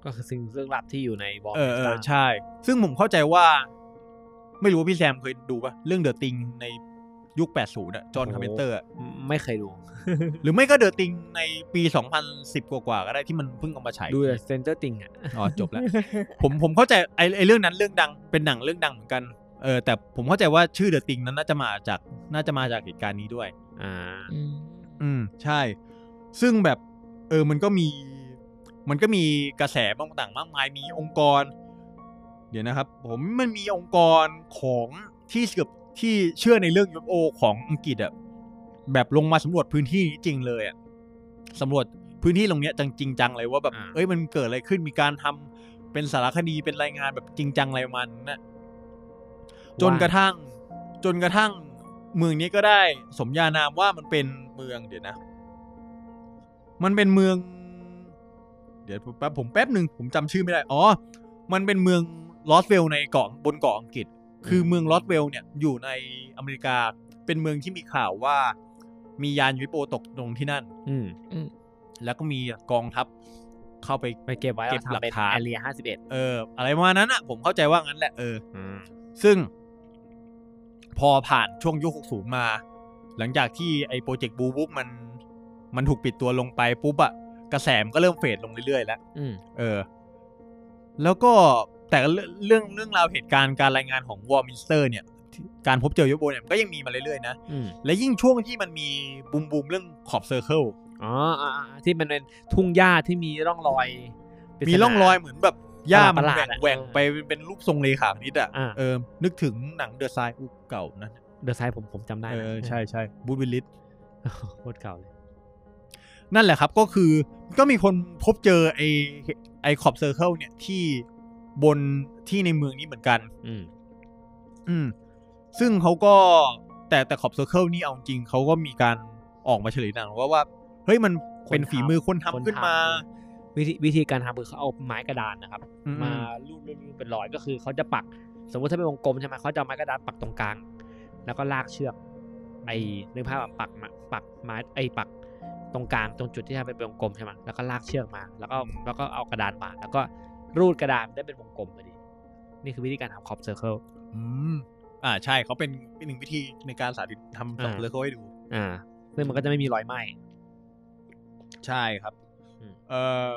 Speaker 4: ก็คือสิ่งเรื่องลับที่อยู่ในบอล
Speaker 2: เออเออ
Speaker 4: ใช่
Speaker 2: ใช่ ซึ่งผมเข้าใจว่า ไม่รู้ว่าพี่แซมเคยดูปะเรื่อง The Thing ในยุค 80อะจอห์นคาร์เพนเตอร์
Speaker 4: ไม่เคยดู
Speaker 2: หรือไม่ก็ The Thing ในปี 2010 กว่าๆก็ได้ที่มันเพิ่งเอามาฉาย
Speaker 4: ดูเซนเตอร์ติงอ่ะ
Speaker 2: อ๋อจบแล้ว ผมผมเข้าใจไอไอเรื่องนั้นเรื่องดังเป็นหนังเรื่องดังเหมือนกันเออแต่ผมเข้าใจว่าชื่อเดอะติงนั้นน่าจะมาจากน่าจะมาจากเหตุการณ์นี้ด้วย
Speaker 4: อ่า
Speaker 5: อืม
Speaker 2: อืมใช่ ซึ่งแบบเออมันก็มี มันก็มีกระแสบางต่างมากมายมีองค์กร เดี๋ยวนะครับ ผมมันมีองค์กรของที่เกือบที่เชื่อในเรื่อง UFO ของอังกฤษอะแบบลงมาสำรวจพื้นที่นี้จริงเลยอะสำรวจพื้นที่ตรงเนี้ยจังจริงจังเลยว่าแบบ
Speaker 4: อ่า
Speaker 2: เอ้ยมันเกิดอะไรขึ้นมีการทำเป็นสารคดีเป็นรายงานแบบจริงจังอะไรประมาณนั้นนะ จนกระทั่งจนกระทั่งเมืองนี้ก็ได้สมญานามว่ามันเป็นเมืองเดี๋ยวนะ มันเป็นเมือง เดี๋ยวแป๊บผมแป๊บหนึ่งผมจำชื่อไม่ได้ อ๋อ มันเป็นเมืองลอสเวลในเกาะบนเกาะอังกฤษ คือเมืองลอสเวลเนี่ยอยู่ในอเมริกา เป็นเมืองที่มีข่าวว่า มียานยูโปตกลงที่นั่น
Speaker 4: อืม
Speaker 2: แล้วก็มีกองทัพเข้าไป
Speaker 4: ไปเก็บไว้
Speaker 2: เก็บ
Speaker 4: แวทำ
Speaker 2: หลัก
Speaker 4: เป็น
Speaker 2: ฐาน
Speaker 4: แอเรียห้าสิบเอ็ด
Speaker 2: เออ อะไรประมาณนั้นอ่ะ ผมเข้าใจว่างั้นแหละเออ
Speaker 4: อืม
Speaker 2: ซึ่งพอผ่านช่วงยุค 60 มา หลังจากที่ไอ้โปรเจกต์บูบุ๊กมันมันถูกปิดตัวลงไปปุ๊บอะกระแสมนก็เริ่มเฟดลงเรื่อยๆแล้ว
Speaker 4: อืม
Speaker 2: เออ แล้วก็แต่เรื่องเรื่องเรื่องราวเหตุการณ์การรายงานของวอร์มินสเตอร์เนี่ยที่การพบเจอยูโบเนี่ยมันก็ยังมีมาเรื่อยๆนะ
Speaker 4: อืม
Speaker 2: และยิ่งช่วงที่มันมีบูมบูมๆเรื่องขอบเซอร์เคิล
Speaker 4: อ๋ออ่าอ่าที่มันเป็นทุ่งหญ้าที่มีร่องรอยปศนา
Speaker 2: มีร่องรอยเหมือนแบบหญ้ามั
Speaker 4: ป
Speaker 2: น
Speaker 4: ระหลา
Speaker 2: แหว่
Speaker 4: ด
Speaker 2: ง
Speaker 4: อะ
Speaker 2: แหว่งไปเป็นรูปทรงเลขาคณิตอะ
Speaker 4: อ่า
Speaker 2: เออ นึกถึงหนังเดอะไซอุเก่านะ
Speaker 4: เดอะไซด์ผมผมจำได้
Speaker 2: เอ
Speaker 4: นะ
Speaker 2: อใช่ใช่บูธวิลลิส
Speaker 4: โคตรเก่าเลย
Speaker 2: นั่นแหละครับก็คือก็มีคนพบเจอไอไอขอบเซอร์เคิลเนี่ยที่บนที่ในเมืองนี้เหมือนกัน
Speaker 4: อืม
Speaker 2: อืม ซึ่งเขาก็แต่แต่ขอบเซอร์เคิลนี่เอาจริงเขาก็มีการออกมาเฉลยหนังว่าว่า เฮ้ยมัน
Speaker 4: คน
Speaker 2: เป็นฝีมือคนทำ
Speaker 4: คนทำ
Speaker 2: ขึ้นมา
Speaker 4: วิธีวิธีการทำคือเขาเอาไม้กระดานนะครับ
Speaker 2: อืม
Speaker 4: มาลูบลูบลูบเป็นรอยก็คือเขาจะปัก สมมติถ้าเป็นวงกลมใช่ไหมเขาจะเอาไม้กระดานปักตรงกลาง แล้วก็ลากเชือกไอ้นึกภาพแบบปักมาปักไม้ไอ้ปักตรงกลางตรงจุดที่ทำเป็นวงกลมใช่ไหมแล้วก็ลากเชือกมา แล้วก็แล้วก็เอากระดานมาแล้วก็รูดกระดานได้เป็นวงกลมพอดี นี่คือวิธีการทำคอบเซอร์เคิล
Speaker 2: อืมอ่าใช่เขาเป็นเป็นหนึ่งวิธีในการสาธิตทำขอบเซอร์เคิลให้ดู
Speaker 4: อ่า ซึ่งมันก็จะไม่มีรอยไหม
Speaker 2: ใช่ครับ
Speaker 4: อืม
Speaker 2: เออ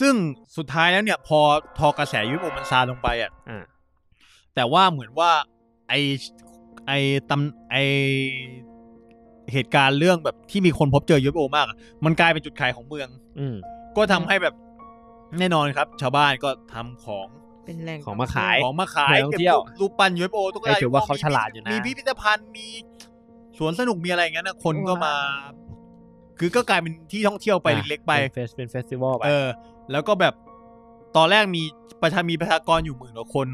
Speaker 2: ซึ่งสุดท้ายแล้วเนี่ย พอทอกระแสยุโรปมันซาลงไปอ่ะ
Speaker 4: อ่า
Speaker 2: แต่ว่าเหมือนว่าไอไอตำไอเหตุการณ์เรื่องแบบที่มีคนพบเจอยูเอฟโอมากอะมันกลายเป็นจุดขายของเมือง
Speaker 4: อืม
Speaker 2: ก็ทำให้แบบ แน่นอนครับ ชาวบ้านก็ทำของ
Speaker 5: เป็นแหล่ง
Speaker 4: ของมาขาย
Speaker 2: ของมาขาย
Speaker 4: แหล่งท่องเที่ยว
Speaker 2: ก็บรูปปั้นยูเอฟโอตุ๊ก
Speaker 4: เอ้ย
Speaker 2: ตา
Speaker 4: ถือว่าเขาฉลาดอยู่นะ
Speaker 2: มีพิพิธภัณฑ์มีสวนสนุกมีอะไรอย่างนั้นนะคนก็มา คือก็กลายเป็นที่ท่องเที่ยวไปเล็กๆไป
Speaker 4: นเฟสเป็นเฟสติวัลไป
Speaker 2: เออ แล้วก็แบบตอนแรกมีประชามีประชากรอยู่หมื่นกว่าคน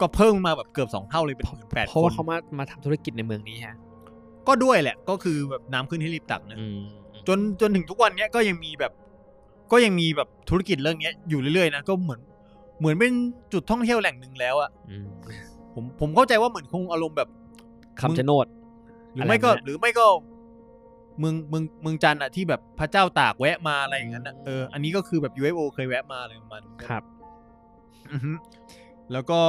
Speaker 2: ก็เพิ่มมาแบบเกือบสองเท่าเลยเป็นหมื่นแปด
Speaker 4: เพ
Speaker 2: ค
Speaker 4: ราะว่าน เขามามาทำธุรกิจในเมืองนี้ฮะ
Speaker 2: ก็ด้วยแหละ ก็คือแบบน้ำขึ้นให้รีบตักนะ
Speaker 4: อืม
Speaker 2: จนจนถึงทุกวันเนี้ยก็ยังมีแบบ ก็ยังมีแบบธุรกิจเรื่องเนี้ยอยู่เรื่อยๆนะก็เหมือนเหมือนเป็นจุดท่องเที่ยวแหล่งหนึ่งแล้วอะ
Speaker 4: อืม
Speaker 2: ผมผมเข้าใจว่าเหมือนคงอารมณ์แบบ
Speaker 4: คำชะโนด
Speaker 2: หรือไม่ก็
Speaker 4: อะไรนะ
Speaker 2: หรือไม่ก็ เมืองเมืองเมืองจันทร์อะที่แบบพระเจ้าตากแวะมาอะไรอย่างนั้นอะเอออันนี้ก็คือแบบ UFO เคยแวะมาอะไรประมาณนั้น
Speaker 4: ครับ
Speaker 2: อือฮึแล้วก็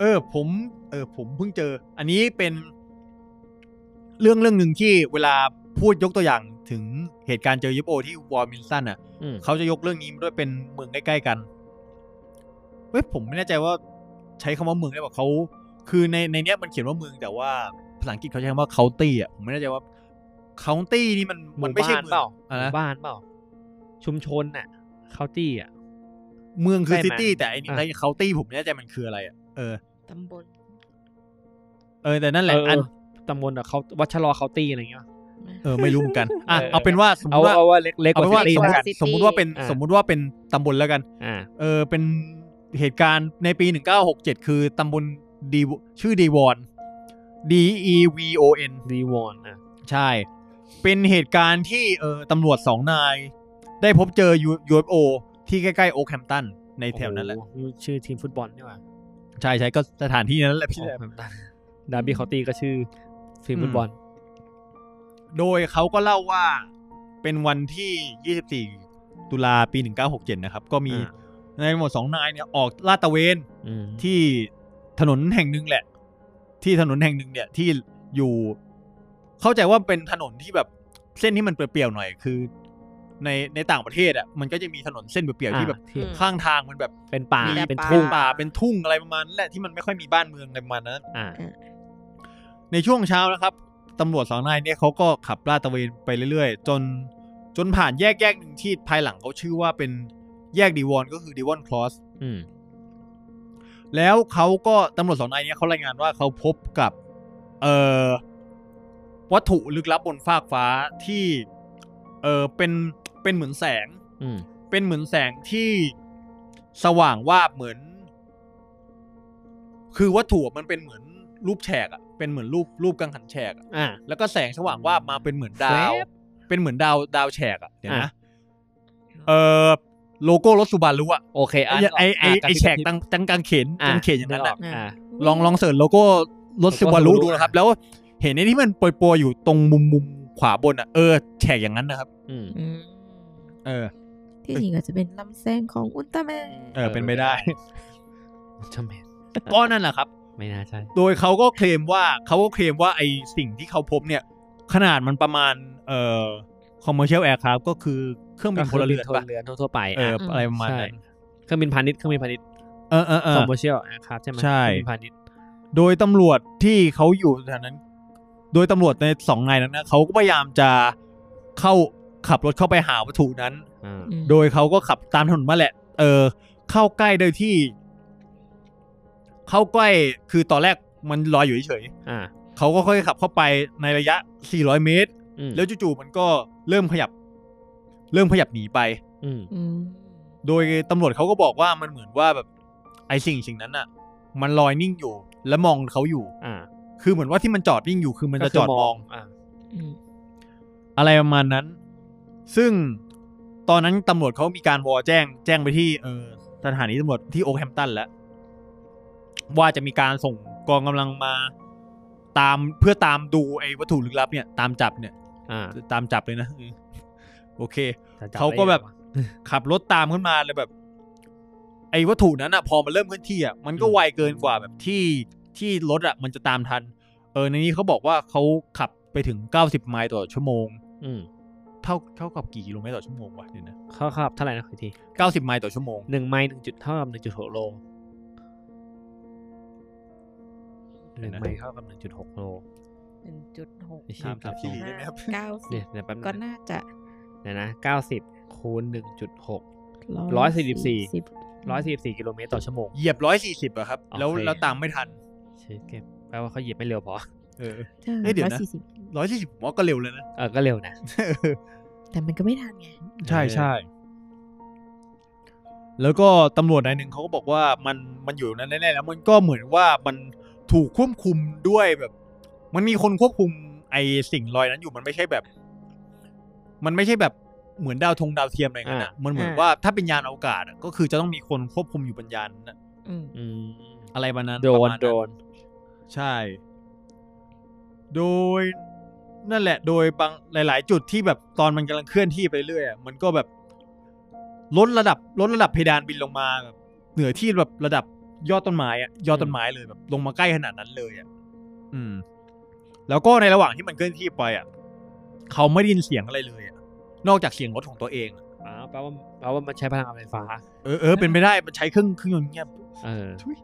Speaker 2: เออ ผม เออ ผมเพิ่งเจอ อันนี้เป็นเรื่องเรื่องหนึ่งที่เวลาพูดยกตัวอย่างถึงเหตุการณ์เจอ UFO ที่วอร์มินสันอะ
Speaker 4: อืม
Speaker 2: เขาจะยกเรื่องนี้มาด้วยเป็นเมืองใกล้ ๆ กัน เฮ้ยผมไม่แน่ใจว่าใช้คำว่าเมืองได้ป่ะเขา คือในในเนี้ยมันเขียนว่าเมืองแต่ว่าภาษาอังกฤษเขาใช้คำว่าเคาน์ตี้อ่ะผมไม่แน่ใจว่าเคาน์ตี้นี่มัน
Speaker 4: ห
Speaker 2: มัน
Speaker 4: มู่
Speaker 2: ไม่ใช่
Speaker 4: บ้าน
Speaker 2: เมื
Speaker 4: เป
Speaker 2: อ
Speaker 4: ล่าง ห
Speaker 2: อะไร
Speaker 4: มู่
Speaker 2: นะ
Speaker 4: บ้านเปล่า ชุมชนน่ะเคาน์ตี้อ่ะ
Speaker 2: เมืองคือ
Speaker 4: ใช่ไหม
Speaker 2: ซิตี้แต่ไอ้นี่
Speaker 4: อ่ะ
Speaker 2: ไอ้เคาน์ตี้ผมไม่แน่ใจมันคืออะไรอ่ะเออ
Speaker 5: ตำบล
Speaker 2: เออแต่นั่นแหละ
Speaker 4: เออ
Speaker 2: อัน
Speaker 4: ตำบลอะเขาวัชรอเคาน์ตี้อะไรเงี้ย
Speaker 2: เออไม่รู้เหมือนกันอ่ะ
Speaker 4: เออ
Speaker 2: เอาเป็นว่าสมม
Speaker 4: เอา
Speaker 2: ติว่า
Speaker 4: เอาว่าเล็กเล็กก
Speaker 2: เอา
Speaker 4: ว่า
Speaker 2: เป็นว่า
Speaker 4: ซิตี้แล้วกัน
Speaker 2: สมมติว่าเป็น
Speaker 4: อ่ะ
Speaker 2: สมมติว่าเป็นตำบลแล้วกัน
Speaker 4: อ่า
Speaker 2: เออเป็นเหตุการณ์ในปี 1967 คือตำบลดีชื่อดีวอน D E V O N
Speaker 4: ดีวอนอ่ะ
Speaker 2: ใช่ เป็นเหตุการณ์ที่เออตำรวจสองนาย ได้พบเจอ U- UFO ที่ใกล้ๆโอแคมตันในแถวนั้นแหละ
Speaker 4: โอ้โชื่อทีมฟุตบอลนี่หว่า
Speaker 2: ใช่ใช่ก็สถานที่นั้นแหละพี่แหลม
Speaker 4: ดาร์บี้เคาน์ตี้ก็ชื่อทีมฟุตบอล
Speaker 2: โดยเขาก็เล่าว่าเป็นวันที่ 24 ตุลาปี 1967 นะครับ ก็มี
Speaker 4: อ่า
Speaker 2: นายตำรวจสองนายเนี่ยออกลาดตระเวน
Speaker 4: อืม
Speaker 2: ที่ถนนแห่งหนึ่งแหละ ที่ถนนแห่งหนึ่งเนี่ยที่อยู่ เข้าใจว่าเป็นถนนที่แบบเส้นที่มันเปรียวๆหน่อยคือ ในในต่างประเทศอ่ะมันก็จะมีถนนเส้นเปรียวๆที่แบบ
Speaker 4: อ่าที่
Speaker 2: ข้างทางมันแบบ
Speaker 4: เป็นป่า
Speaker 2: มี
Speaker 4: เป็นทุ่ง
Speaker 2: ป่าเป็นทุ่งอะไรประมาณนั้นแหละที่มันไม่ค่อยมีบ้านเมืองอะไรประมาณนั้น
Speaker 4: อ่า
Speaker 2: ในช่วงเช้านะครับตำรวจสองนายเนี่ยเขาก็ขับลาดตระเวนไปเรื่อยๆ จนจนผ่านแยกแยกหนึ่งที่ภายหลังเขาชื่อว่าเป็นแยกดีวอนก็คือดีวอนคลอส
Speaker 4: อืม
Speaker 2: แล้วเขาก็ตำรวจสองนายเนี้ยเขารายงานว่าเขาพบกับ เอ่อวัตถุลึกลับบนฟากฟ้าที่ เอ่อเป็นเป็นเหมือนแสง
Speaker 4: อืม
Speaker 2: เป็นเหมือนแสงที่สว่างวาบเหมือน คือวัตถุอะมันเป็นเหมือนรูปแฉกอะเป็นเหมือนรูปรูปกังหันแฉกอะ
Speaker 4: อ่า
Speaker 2: แล้วก็แสงสว่างวาบมาเป็นเหมือนดาว
Speaker 4: แว๊บ
Speaker 2: เป็นเหมือนดาวดาวแฉกอะเดี๋ยว
Speaker 4: อ่ะ
Speaker 2: นะเอ่อโลโก้รถซูบารุอะ
Speaker 4: โอเคอ่ะ
Speaker 2: ไอไอไอแฉกตังตังกางเขน
Speaker 4: อ่ะ
Speaker 2: กางเขนอย่างนั้นอะ
Speaker 4: กอ่า
Speaker 2: ลองลองเสิร์ชโลโก้ร
Speaker 4: โล
Speaker 2: ถ
Speaker 4: โก้
Speaker 2: ซิวารุ
Speaker 4: Subaru
Speaker 2: ดูนะครับ แล้วเห็นไอ้ที่มันโปรยๆอยู่ตรงมุมมุมขวาบนอ่ะเออแฉกอย่างนั้นนะครับ
Speaker 4: อืม
Speaker 5: อืม
Speaker 2: เออ
Speaker 5: ที่จริงอาจจะเป็นลำแสงของอุลตร้าแมน
Speaker 2: เออเป็นไปได้
Speaker 4: จำเป็น
Speaker 2: [laughs] ก็นั่นแหละครับ
Speaker 4: ไม่น่าใช่
Speaker 2: โดยเขาก็เคลมว่าเขาก็เคลมว่าไอสิ่งที่เขาพบเนี่ย ขนาดมันประมาณเอ่อคอมเมอร์เชียลแอร์ครับก็คือเครื่องบินพลเรือน
Speaker 4: ค
Speaker 2: ปะ
Speaker 4: เรือนทั่วๆไป
Speaker 2: เออ
Speaker 4: อ่ะ
Speaker 2: อะไรประมาณ
Speaker 4: ใช่
Speaker 2: นั้น
Speaker 4: เครื่องบินพาณิชย์เครื่องบินพาณิชย์
Speaker 2: เออเออเอ
Speaker 4: คอ
Speaker 2: อ
Speaker 4: มเมอร์เชียลนะครับใช่ไหม
Speaker 2: ใช่
Speaker 4: เครื่องบินพาณิชย์
Speaker 2: โดยตำรวจที่เขาอยู่แถวนั้น โดยตำรวจในสองนายนั้นนะเขาก็พยายามจะเข้าขับรถเข้าไปหาวัตถุนั้น
Speaker 4: อ่า
Speaker 2: โดยเขาก็ขับตามถนนมาแหละ เออ เข้าใกล้โดยที่ เข้าใกล้ คือตอนแรกมันลอยอยู่เฉย
Speaker 4: อ่า
Speaker 2: ๆเขาก็ค่อยขับเข้าไปในระยะ 400 เมตร
Speaker 4: อืม
Speaker 2: แล้วจู่ๆมันก็เริ่มขยับ เริ่มขยับหนีไป
Speaker 4: อืม
Speaker 5: อืม
Speaker 2: โดยตำรวจเขาก็บอกว่ามันเหมือนว่าแบบ ไอ้สิ่งสิ่งนั้นอะมันลอยนิ่งอยู่ และมองเขาอยู่
Speaker 4: อ่า
Speaker 2: คือเหมือนว่าที่มันจอดนิ่งอยู่คือมันจะจอดมอง
Speaker 4: อ่า
Speaker 5: อืม
Speaker 2: อะไรประมาณนั้น ซึ่งตอนนั้นตำรวจเขามีการวอแจ้ง แจ้งไปที่เออสถานีตำรวจที่โอคแฮมป์ตันแล้ว ว่าจะมีการส่งกองกำลังมา ตามเพื่อตามดูไอ้วัตถุลึกลับเนี่ย ตามจับเนี่ย
Speaker 4: อ่า
Speaker 2: ตามจับเลยนะอืมโอเค
Speaker 4: จะจั
Speaker 2: เขาก็แบบ
Speaker 4: ได้ยังไงวะ
Speaker 2: ขับรถตามขึ้นมาเลยแบบ ไอ้วัตถุนั้นอะพอมันเริ่มเคลื่อนที่อะมันก็ไวเกินกว่าแบบที่ที่รถอะมันจะตามทัน เออในนี้เขาบอกว่าเขาขับไปถึงเก้าสิบไมล์ต่อชั่วโมง
Speaker 4: อืม
Speaker 2: เท่าเท่ากับกี่กิโลเมตรต่อชั่วโมงวะเดี๋ยวนะ
Speaker 4: เขาขับเท่าไหร่นะขออีกที
Speaker 2: เก้าสิบไมล์ต่อชั่วโมง
Speaker 4: หนึ่งไมล์หนึ่งจุดเท่ากับหนึ่งจุดหกโลหนึ่งไมล์เท่ากับหนึ่งจุดหกโล
Speaker 5: หนึ่งจุดหก
Speaker 4: ไม่ใช่
Speaker 2: ถามครับ
Speaker 4: ห
Speaker 2: พี่
Speaker 4: นึ่งจุด
Speaker 2: ลีได้ไหมครับ
Speaker 5: เก้าสิ
Speaker 4: เนี่ย
Speaker 5: บ
Speaker 4: เดี๋ยวแป๊บนึ
Speaker 5: ก็
Speaker 4: งนะ
Speaker 5: น่าจะ
Speaker 4: เดี๋ยวนะเก้าสิบคูณหนึ่งจุดหก 144 ร้อยสี่สี่กิโลเมตรต่อชั่วโมง
Speaker 2: เหยียบร้อยสี่สิบอะครับ แล้ว
Speaker 4: โอเค
Speaker 2: แล้วตามไม่ทัน
Speaker 4: เช็คเก็บแปลว่าเขาเหยียบไม่เร็วพอ [laughs]
Speaker 2: เออ เอ้
Speaker 5: ใช่
Speaker 2: ยเดี๋ยวนะ
Speaker 5: ร้อสี่สิบ
Speaker 2: ร้อยสี่สิบผมว่าก็เร็วแล้วนะ [laughs]
Speaker 4: เออก็เร็วนะ
Speaker 5: แต่มันก็ไม่ทันไง
Speaker 2: ใช่ใช่ แล้วก็ตำรวจนายหนึ่งเขาก็บอกว่ามันมันอยู่นั้นแน่ๆแล้วมันก็เหมือนว่ามันถูกควบคุมด้วยแบบ มันมีคนควบคุมไอสิ่งลอยนั้นอยู่มันไม่ใช่แบบ มันไม่ใช่แบบเหมือนดาวธงดาวเทียมอะไรเงี้ยนะมันเหมือน
Speaker 5: อ่า
Speaker 2: ว่าถ้าเป็นยานอวกาศอะก็คือจะต้องมีคนควบคุมอยู่บนยานนั้นอะ
Speaker 5: อืม
Speaker 4: อืม
Speaker 2: อะไรประมาณนั้น
Speaker 4: โด
Speaker 2: ประ
Speaker 4: น
Speaker 2: มาณ
Speaker 4: โดน
Speaker 2: ใช่ โดยนั่นแหละ โดยบางหลาย ๆ จุดที่แบบตอนมันกำลังเคลื่อนที่ไปเรื่อยอะมันก็แบบลดระดับลดระดับเพดานบินลงมาแบบเหนือที่แบบระดับยอดต้นไม้อะยอดต้นไม้เลยแบบ ลงมาใกล้ขนาดนั้นเลยอะอืม แล้วก็ในระหว่างที่มันเคลื่อนที่ไปอะเขาไม่ได้ยินเสียงอะไรเลยอะนอกจากเสียงรถของตัวเองอะ
Speaker 4: อ้าวแปลว่าแปลว่ามันใช้พลังงานไฟฟ้า
Speaker 2: เออเออเป็นไปได้มันใช้เครื่องเครื่องยนต์เงียบ
Speaker 4: เออ
Speaker 2: ทุย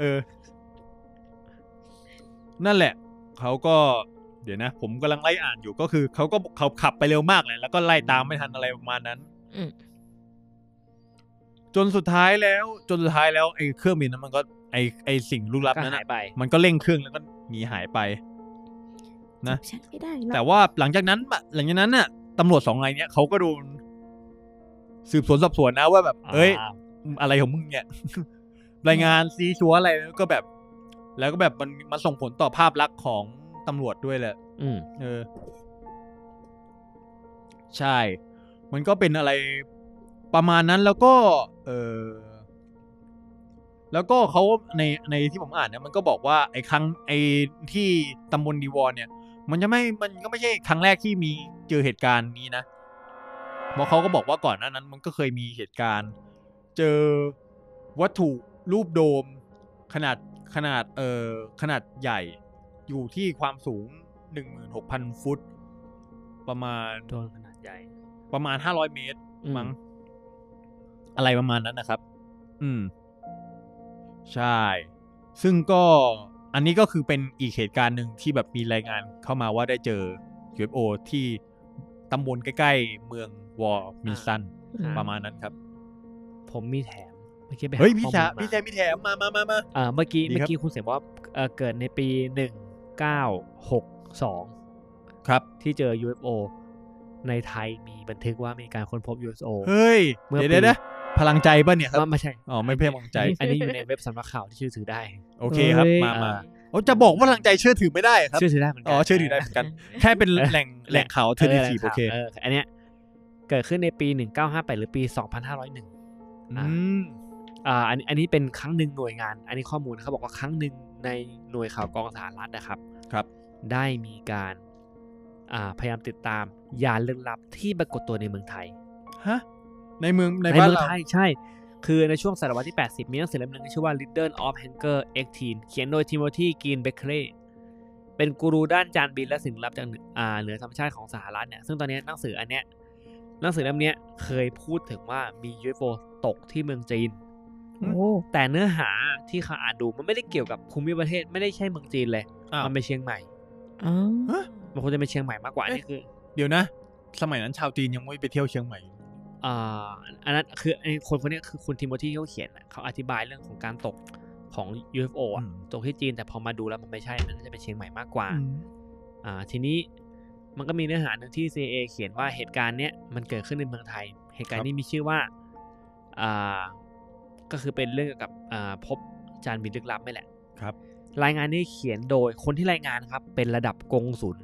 Speaker 2: เออ นั่นแหละ เขาก็เดี๋ยวนะ ผมกำลังไล่อ่านอยู่ก็คือเขาก็เขาขับไปเร็วมากเลยแล้วก็ไล่ตามไม่ทันอะไรประมาณนั้น
Speaker 5: อืม
Speaker 2: จนสุดท้ายแล้ว จนสุดท้ายแล้วไอ้เครื่องบินนั้นมันก็ไอ้ไอ้สิ่งลูกลับ
Speaker 4: ก็
Speaker 2: นั้น
Speaker 4: หาย
Speaker 2: อะ
Speaker 4: ไป
Speaker 2: มันก็เร่งเครื่องแล้วก็หนีหายไป นะ
Speaker 5: ฉันไม่ได้หร
Speaker 2: แต่
Speaker 5: อก
Speaker 2: ว่าหลังจากนั้นอะหลังจากนั้นน่ะตำรวจสองนายเนี้ยเขาก็โดนสืบสวนสอบสวนนะว่าแบบ เอ้ย อะไรของมึงเนี่ย รายงานซีชัวอะไรแล้วก็แบบ แล้วก็แบบมันมันส่งผลต่อภาพลักษณ์ของตำรวจด้วยแหละ
Speaker 4: อืม
Speaker 2: เออ ใช่ มันก็เป็นอะไรประมาณนั้นแล้วก็ เออแล้วก็เขาในในที่ผมอ่านเนี่ยมันก็บอกว่าไอ้ครั้งไอ้ที่ตำบลดีวอนเนี่ย มันจะไม่มันก็ไม่ใช่ครั้งแรกที่มีเจอเหตุการณ์นี้นะเพราะเขาก็บอกว่าก่อนหน้านั้น มันก็เคยมีเหตุการณ์ เจอวัตถุรูปโดม ขนาดขนาด เอ่อขนาดใหญ่ อยู่ที่ความสูง 16,000 ฟุต ประมาณ
Speaker 4: โดนขนาดใหญ่
Speaker 2: ประมาณ 500 เมตร
Speaker 4: อืม
Speaker 2: มั้งอะไรประมาณนั้นนะครับ อืม ใช่ ซึ่งก็อันนี้ก็คือเป็นอีกเหตุการณ์หนึ่งที่แบบมีรายงานเข้ามาว่าได้เจอ UFO ที่ตำบลใกล้ๆ เมืองวอร์มินสัน
Speaker 5: อืม
Speaker 2: ประมาณนั้นครับ
Speaker 4: ผมมีแถม เมื่อกี้ไปหา
Speaker 2: เฮ้ยพี่
Speaker 4: ข้อ
Speaker 2: แซ
Speaker 4: มูล
Speaker 2: ม
Speaker 4: มา
Speaker 2: พี่แซมพี่แถมมามามามา
Speaker 4: อ่าเมื่อกี้
Speaker 2: ดีครับ
Speaker 4: เมื่อกี้คุณเสียบอกว่าเอ่อเกิดในปีหนึ่งเก้าหกสอง
Speaker 2: ครับ
Speaker 4: ที่เจอ UFO ในไทยมีบันทึกว่ามีการค้นพบ UFO
Speaker 2: เฮ้ย
Speaker 4: เมื่อ
Speaker 2: เดี๋ยวเดี๋ยว
Speaker 4: ปี
Speaker 2: นะพลังใจป่ะเนี่ยครับ
Speaker 4: ว่าไม่ใช่
Speaker 2: อ๋อไม่เพียงพอใจ
Speaker 4: อันนี้อยู่ในเว็บสำนักข่าวที่เชื่อถือได้
Speaker 2: โอเคครับ
Speaker 4: เอ้ย
Speaker 2: มามาโอ้จะบอกว่าพลังใจเชื่อถือไม่ได้ครับ
Speaker 4: เชื่อถือได้เหมือนกั
Speaker 2: อ๋อเชื่อถือได้เหมือนกัน แค่เป็นแหล่งแหล่งข่าวเทอร์ดิทีฟโอเค
Speaker 4: เอออันเนี้ยเกิดขึ้นในปี 1958 หรือปี 2501
Speaker 2: อืม
Speaker 4: อ่าอันอันนี้เป็นครั้งหนึ่งหน่วยงาน อันนี้ข้อมูลเขาบอกว่าครั้งหนึ่งในหน่วยข่าวกองสารรัฐนะครับ
Speaker 2: ครับ
Speaker 4: ได้มีการอ่าพยายามติดตามยานลึกลับที่ปรากฏตัวในเมืองไทย
Speaker 2: ฮะ ในเมืองใน
Speaker 4: ใน
Speaker 2: บ้าน
Speaker 4: เมือง
Speaker 2: เรา
Speaker 4: ไทยใช่ คือในช่วงศตวรรษที่ 80 มีหนังสือเล่มหนึงที่ชื่อว่า Little of Hangar 18 เขียนโดยทิโมธีกีนเบเ l ่เป็นกูรูด้านจานบินและสิ่งลับจากเหนืออ่าเหนือธรรมชาติของสหรัฐเนี่ยซึ่งตอนเนี้ยหนังสืออันเนี้ยหนังสือเล่มเนี้ยเคยพูดถึงว่ามี UFO ตกที่เมืองจีน
Speaker 2: อืม
Speaker 5: โอ้
Speaker 4: แต่เนื้อหาที่เขาอ่านดูมันไม่ได้เกี่ยวกับภูมิประเทศไม่ได้ใช่เมืองจีนเลย
Speaker 2: อ้าว
Speaker 4: มันเป็นเชียงใหม่
Speaker 5: อ๋อ
Speaker 2: ฮะ
Speaker 4: มันควรจะเป็นเชียงใหม่มากกว่าอันนี่คือ
Speaker 2: เดี๋ยวนะ สมัยนั้นชาวจีนยังไม่ไปเที่ยวเชียงใหม่
Speaker 4: อ่าอันนั้นคือไอ้คนคนเนี้ยคือคุณทิโมธีเขาเขียนน่ะเขาอธิบายเรื่องของการตกของ UFO อ่ะ
Speaker 2: อืม
Speaker 4: ตกที่จีนแต่พอมาดูแล้วมันไม่ใช่มันน่าจะเป็นเชียงใหม่มากกว่า อ่าทีนี้มันก็มีเนื้อหาหนึ่งที่ CIA เขียนว่าเหตุการณ์เนี้ยมันเกิดขึ้นในเมืองไทย เหตุการ
Speaker 2: ครั
Speaker 4: ณ์
Speaker 2: บ
Speaker 4: นี้มีชื่อว่าอ่าก็คือเป็นเรื่องเกี่ยวกับอ่าพบจานบินลึกลับนี่แหละ
Speaker 2: ครับ
Speaker 4: รายงานนี้เขียนโดยคนที่รายงานครับ เป็นระดับกงสุล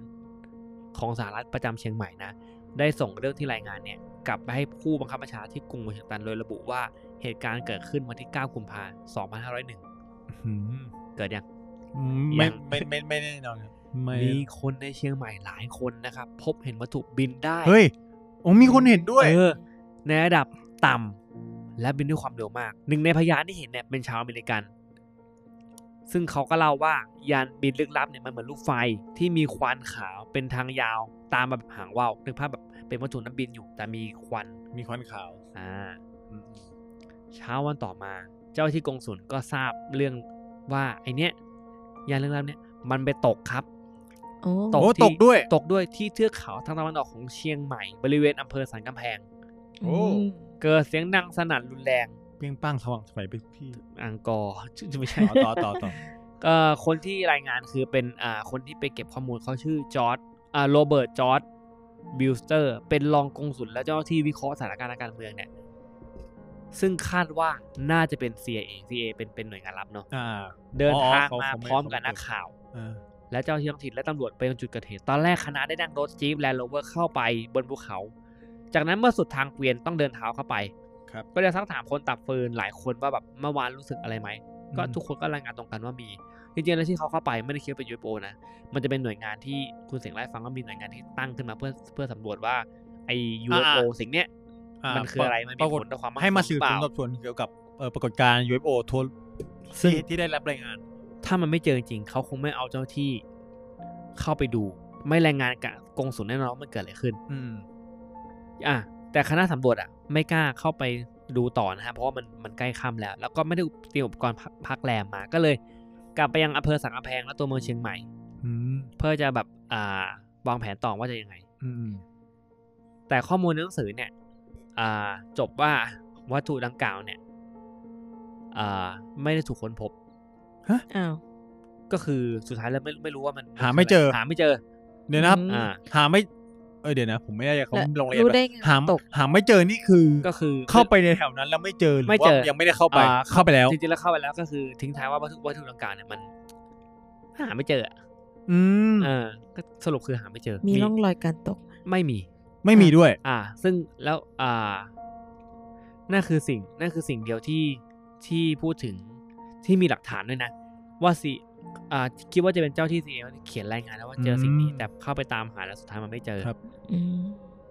Speaker 4: ของสหรัฐประจำเชียงใหม่นะ ได้ส่งเรื่องที่รายงานเนี่ยกลับไปให้ผู้บังคับบัญชาที่กรุงวอชิงตันโดยระบุว่าเหตุการณ์เกิดขึ้นวันที่ 9 กุมภาพันธ์2501
Speaker 2: อืม
Speaker 4: เกิดยัง ยั
Speaker 2: ไม่
Speaker 4: ง
Speaker 2: ไม่ไม่ไม่แน่นอนครับไม่
Speaker 4: มีคนในเชียงใหม่หลายคนนะครับ พบเห็นวัตถุบินได้
Speaker 2: เฮ้ยโอ้มีคนเห็นด้วย
Speaker 4: เออในระดับต่ำและบินด้วยความเร็วมาก หนึ่งในพยานที่เห็นเนี่ยเป็นชาวอเมริกัน ซึ่งเขาก็เล่าว่ายานบินลึกลับเนี่ยมันเหมือนลูกไฟที่มีควันขาวเป็นทางยาวตามแบบหางว่าวนึกภาพแบบเป็นวัตถุน้ำบินอยู่ แต่มีควัน
Speaker 2: มีควันขาว
Speaker 4: อ่าเช้าวันต่อมา เจ้าหน้าที่กงสุลก็ทราบเรื่องว่าไอเนี้ยยานลึกลับเนี่ยมันไปตกครับ
Speaker 5: โอ้
Speaker 2: โอ้ตกด้วย
Speaker 4: ตกด้วยที่เทือกเขาทางตะวันออกของเชียงใหม่ บริเวณอำเภอสันกำแพง
Speaker 2: โอ้
Speaker 5: ม
Speaker 4: เกิดเสียงดังสนั่นรุนแรง
Speaker 2: เปี้ยงป้างสว่างไสวยเป็นพี่
Speaker 4: อังกอร์ [laughs] จะไม่ใช่
Speaker 2: ต่อต่อต่อต่อ
Speaker 4: เอ่อคนที่รายงานคือเป็นอ่าคนที่ไปเก็บข้อมูลเขาชื่อจอร์ดอ่าโรเบิร์ตจอร์ดบิลสเตอร์ เป็นรองกงสุลและเจ้าหน้าที่วิเคราะห์สถานการณ์ทางการเมืองเนี่ย ซึ่งคาดว่าน่าจะเป็น CIA CIA เป็นเป็นหน่วยงานลับเนาะ
Speaker 2: อ่า
Speaker 4: เดิน
Speaker 2: อ๋อ
Speaker 4: ทาง
Speaker 2: เขา
Speaker 4: มา
Speaker 2: เขาไม่
Speaker 4: พร้อม
Speaker 2: เขา
Speaker 4: กับ
Speaker 2: ไม่
Speaker 4: นักข่าว
Speaker 2: อ่า
Speaker 4: และเจ้าหน้าที่ท้องถิ่นและตำรวจไปยังจุดเกิดเหตุ ตอนแรกคณะได้นั่งรถจี๊ปแลนด์โรเวอร์เข้าไปบนภูเขา จากนั้นเมื่อสุดทางเกวียนต้องเดินเท้าเข้าไป
Speaker 2: ครับ
Speaker 4: ก็ได้สักถามคนตับฟืนหลายคนว่าแบบเมื่อวานรู้สึกอะไรไหม ก็ทุกคนก็รายงานตรงกันว่ามีจริงๆแล้วที่เขาเข้าไปไม่ได้คิดว่าเป็น UFO นะ มันจะเป็นหน่วยงานที่คุณเสียงไล่าให้ฟังว่ามีหน่วยงานที่ตั้งขึ้นมาเพื่อเพื่อสำรวจว่าไอ้ UFO สิ่งเนี้ย
Speaker 2: า
Speaker 4: มันคืออะไรมันมี
Speaker 2: ปากฏ
Speaker 4: ผลต่อความมั่นคง
Speaker 2: ให้มาสืบ
Speaker 4: หรือเป
Speaker 2: สวน
Speaker 4: ล่า
Speaker 2: สอบสวนเกี่ยวกับเอ่อปรากฏการณ์ UFO ทั่ว
Speaker 4: ซึ่ง
Speaker 2: ที่ที่ได้รับรายงาน
Speaker 4: ถ้ามันไม่เจอจริงๆเขาคงไม่เอาเจ้าหน้าที่เข้าไปดู ไม่รายงานกับกงสุลแน่นอนว่ามันเกิดอะไรขึ้น
Speaker 2: อืม
Speaker 4: อ่ะแต่คณะสำรวจอ่ะไม่กล้าเข้าไปดูต่อนะฮะเพราะว่ามันมันใกล้ค่ำแล้ว แล้วก็ไม่ได้เตรียมอุปกรณ์พักพักแรมมาก็เลย กลับไปยังอำเภอสังกำแพงและตัวเมืองเชียงใหม่
Speaker 2: อืม
Speaker 4: เพื่อจะแบบอ่าวางแผนต่อว่าจะยังไง
Speaker 2: อืม
Speaker 4: แต่ข้อมูลในหนังสือเนี่ยอ่าจบว่าวัตถุดังกล่าวเนี่ยอ่าไม่ได้ถูกค้นพบ
Speaker 5: อ้าว
Speaker 4: ก็คือสุดท้ายแล้วไม่ไม่รู้ว่ามัน
Speaker 2: หาไม่เจอ
Speaker 4: หาไม่เจอ
Speaker 2: เดี๋ยวนะครับ
Speaker 5: อืม
Speaker 4: อ่า
Speaker 2: หาไม่ เอยเดี๋ยวนะ ผมไม่ได้เขาลงรายละเอีย
Speaker 5: รู้
Speaker 2: ด
Speaker 5: ได้ไง
Speaker 2: หา
Speaker 5: ตก
Speaker 2: หาไม่เจอนี่คือ
Speaker 4: ก็คือ
Speaker 2: เข้าไปในแถวนั้นแล้วไม่เจอหรือ
Speaker 4: ไม่
Speaker 2: ว่า
Speaker 4: เจอ
Speaker 2: ยังไม่ได้เข้าไป
Speaker 4: อ่
Speaker 2: เข้าไปแล้ว
Speaker 4: จริงๆแล้วเข้าไปแล้วก็คือทิ้งท้ายว่าวัตถุวัตถุดังกล่าวเนี่ยมัน หาไม่เจออะ
Speaker 2: อืม
Speaker 4: เออก็สรุปคือหาไม่เจอ
Speaker 5: มีร่องรอยการตก
Speaker 4: ไม่มี
Speaker 2: ไม่มีด้วย
Speaker 4: อ่า ซึ่งแล้วอ่านั่นคือสิ่งนั่นคือสิ่งเดียวที่ที่พูดถึงที่มีหลักฐานด้วยนะ ว่าสิอ่าคิดว่าจะเป็นเจ้าที่ซีเเขียนรายงานแล้วว่าเจอสิ่งนี้
Speaker 2: อืม
Speaker 4: แต่เข้าไปตามหาแล้วสุดท้ายมันไม่เจอ
Speaker 2: ครับ
Speaker 5: อืม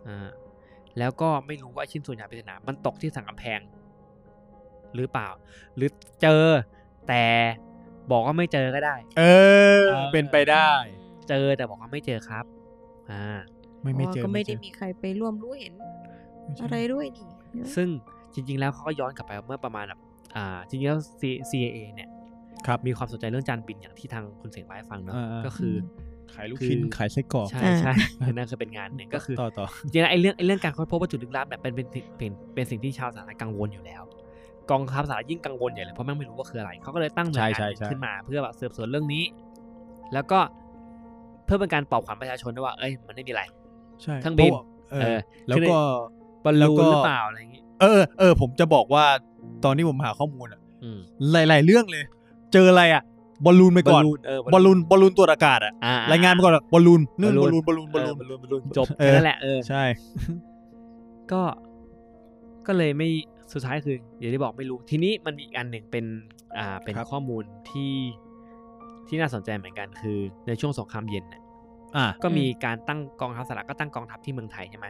Speaker 4: อ่าแล้วก็ไม่รู้ว่าชิ้นส่วนยานปริศนามันตกที่สังกำแพง หรือเปล่า หรือเจอแต่บอกว่าไม่เจอก็ได้
Speaker 2: เออ
Speaker 4: เออ
Speaker 2: เป็นไปได้
Speaker 4: เจอแต่บอกว่าไม่เจอครับ อ่า
Speaker 2: ไม่
Speaker 5: เพ
Speaker 2: ไม่
Speaker 5: ราะว่า
Speaker 2: เจอ
Speaker 5: ก็ไม่
Speaker 2: เจ
Speaker 5: ได้
Speaker 2: อ
Speaker 5: มีใครไปร่วมรู้เห็น
Speaker 2: ม่เจออ
Speaker 5: อะไรด้วยนี่
Speaker 4: ซึ่งจริง ๆ แล้วเขาก็ย้อนกลับไปเมื่อประมาณแบบอ่าจริงๆแล้ว C- CIA เนี่ย
Speaker 2: ครับ
Speaker 4: มีความสนใจเรื่องจานบินอย่างที่ทางคุณเสียงไลฟ์ฟังเนาะ
Speaker 2: อ่าๆ
Speaker 4: ก็คือ
Speaker 2: ขายลูกชิ้น ขายไส้กรอก
Speaker 4: ใช่
Speaker 5: อ่า
Speaker 4: ใช่ [laughs] นั่นคือเป็นงานหนึ่งก็คือ
Speaker 2: ต่อต่อ
Speaker 4: จริงๆแล้วไอ้เรื่องไอ้เรื่องการค้นพบวัตถุลึกลับเนี่ยเป็นเป็นเป็นเป็นสิ่งที่ชาวสหรัฐกังวลอยู่แล้ว กองทัพสหรัฐยิ่งกังวลใหญ่เลยเพราะแม่งไม่รู้ว่าคืออะไรเขาก็เลยตั้งหน่วยงาน
Speaker 2: ใช่
Speaker 4: หนึ่
Speaker 2: ใช่ใช่
Speaker 4: งขึ้นมาเพื่อแบบสืบสวนเรื่องนี้ แล้วก็เพื่อเป็นการปลอบขวัญประชาชนด้วยว่าเอ้ยมันไม่มีอะไร
Speaker 2: ใช่
Speaker 4: เครื่องบิน
Speaker 2: พาะว่าเอ
Speaker 4: เอ
Speaker 2: อ
Speaker 4: อ
Speaker 2: แล้ว
Speaker 4: คือ
Speaker 2: ก็
Speaker 4: บอลลูน
Speaker 2: แวก็
Speaker 4: หรือเปล่าอะไรอย่างงี้
Speaker 2: เออ เออ ผมจะบอกว่าตอนที่ผมหาข้อมูลอะ
Speaker 4: อืม
Speaker 2: หลาย ๆ เรื่องเลย เจออะไรอะบอลลูนไปก่อน
Speaker 4: เออบ อ
Speaker 2: อล
Speaker 4: ลลูน
Speaker 2: ลูน บอลลูนตรวจอากาศอะ
Speaker 4: อ่
Speaker 2: รายงานไปก่อนอะบอลลูนนู่น
Speaker 4: บบ อ
Speaker 2: อ
Speaker 4: ล
Speaker 2: ล
Speaker 4: ลู
Speaker 2: ลู
Speaker 4: น
Speaker 2: น บอลลูน บอลลูน
Speaker 4: บอลลูนบอลลูนจบ
Speaker 2: เออ
Speaker 4: แค่นั้นแหละเออ
Speaker 2: ใช่
Speaker 4: ก็ก็เลยไม่สุดท้ายคืออย่างที่บอกไม่รู้ ทีนี้มันมีอีกอันหนึ่งเป็นอ่าเป็น
Speaker 2: ครับ
Speaker 4: ข้อมูลที่ที่น่าสนใจเหมือนกันคือในช่วงสงครามเย็นน่ะ
Speaker 2: อ่า
Speaker 4: ก็มีการตั้งกองทัพสหรัฐก็ตั้งกองทัพที่เมืองไทยใช่ไหม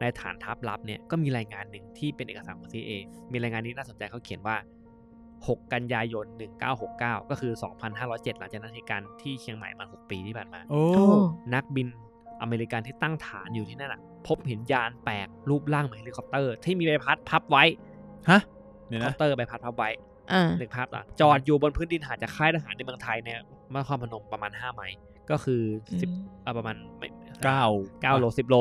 Speaker 4: ในฐานทัพลับเนี่ยก็มีรายงานหนึ่งที่เป็นเอกสารของ CIA มีรายงานนี้น่าสนใจเขาเขียนว่า 6 กันยายน 1969 ก็คือ 2,507 หลังจากนั้นเหตุการณ์ที่เชียงใหม่มัน 6 ปีที่ผ่านมา
Speaker 2: โอ้
Speaker 5: โอ้
Speaker 4: นักบินอเมริกันที่ตั้งฐานอยู่ที่นั่นอะพบเห็นยานแปลกรูปร่างเหมือนเฮลิคอปเตอร์ ที่มีใบพัดพับไว้
Speaker 2: ฮะ เดี๋ยว
Speaker 4: เฮลิค
Speaker 2: นะ
Speaker 4: อปเตอร์ใบพัดพับไว้
Speaker 5: อ่า
Speaker 4: หนึ่งภาพอ่ะจอดอยู่บนพื้นดินห่างจากค่ายทหารในเมืองไทยเนี่ยนครพนมประมาณ 5 ไมล์ก็คือสิบ
Speaker 5: อืม
Speaker 4: อ่ะประมาณไม่
Speaker 2: เก้า
Speaker 4: เก้าโลสิบโล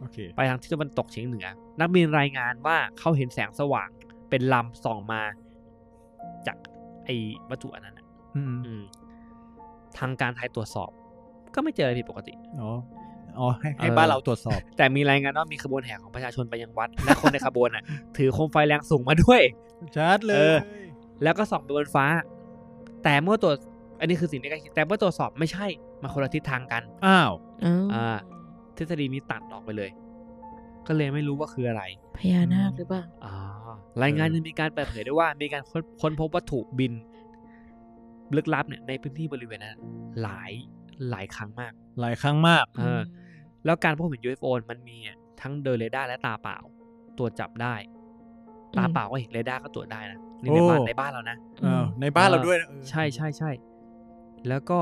Speaker 2: โอเค
Speaker 4: ไปทางที่ตะวันตกเฉียงเหนือ นักบินรายงานว่าเขาเห็นแสงสว่างเป็นลำส่องมา จากไอ้วัตถุอันนั้นอะ
Speaker 2: อืม
Speaker 4: อืมทางการไทยตรวจสอบ ก็ไม่เจออะไรผิดปกติ
Speaker 2: อ๋อ อ๋อ ให้ให้
Speaker 4: เออ
Speaker 2: บ้านเราตรวจสอบ
Speaker 4: แต่มีรายงานว่ามีขบวนแห่ของประชาชนไปยังวัด และคนในขบวน [laughs] น่ะ ถือโคมไฟแรงสูงมาด้วย
Speaker 2: ชัดเล
Speaker 4: เอย อ แล้วก็ส่องไปบนฟ้า แต่เมื่อตรวจอันนี้คือสิ่งที่ใกล้เคียงแต่เมื่อตรวจสอบไม่ใช่มันคนละทิศทางกัน
Speaker 2: อ้าว
Speaker 5: อ้า
Speaker 4: อ่า
Speaker 5: ว
Speaker 4: ทฤษฎีนี้ตัดออกไปเลย ก็เลยไม่รู้ว่าคืออะไร
Speaker 5: พญานาคหรือเปล่า
Speaker 4: อ่ารายงานยังมีการเปิดเผยด้วยว่ามีการค้นค้นพบวัตถุบิน ลึกลับเนี่ยในพื้นที่บริเวณนั้นหลายหลายครั้งมาก
Speaker 2: หลายครั้งมาก
Speaker 4: เออ แล้วการพบเห็น UFO มันมีอ่ะทั้งเดินเรดาร์และตาเปล่า ตรวจจับได้
Speaker 5: ม
Speaker 4: ตาเปล่าก็เห็นเรดาร์ก็ตรวจได้นะนี่
Speaker 2: โอ้
Speaker 4: ในบ้านในบ้านเรานะ
Speaker 2: เออในบ้านเรา
Speaker 4: เออ
Speaker 2: ด้วยนะเออ
Speaker 4: ใช่ใช่ใช่แล้วก็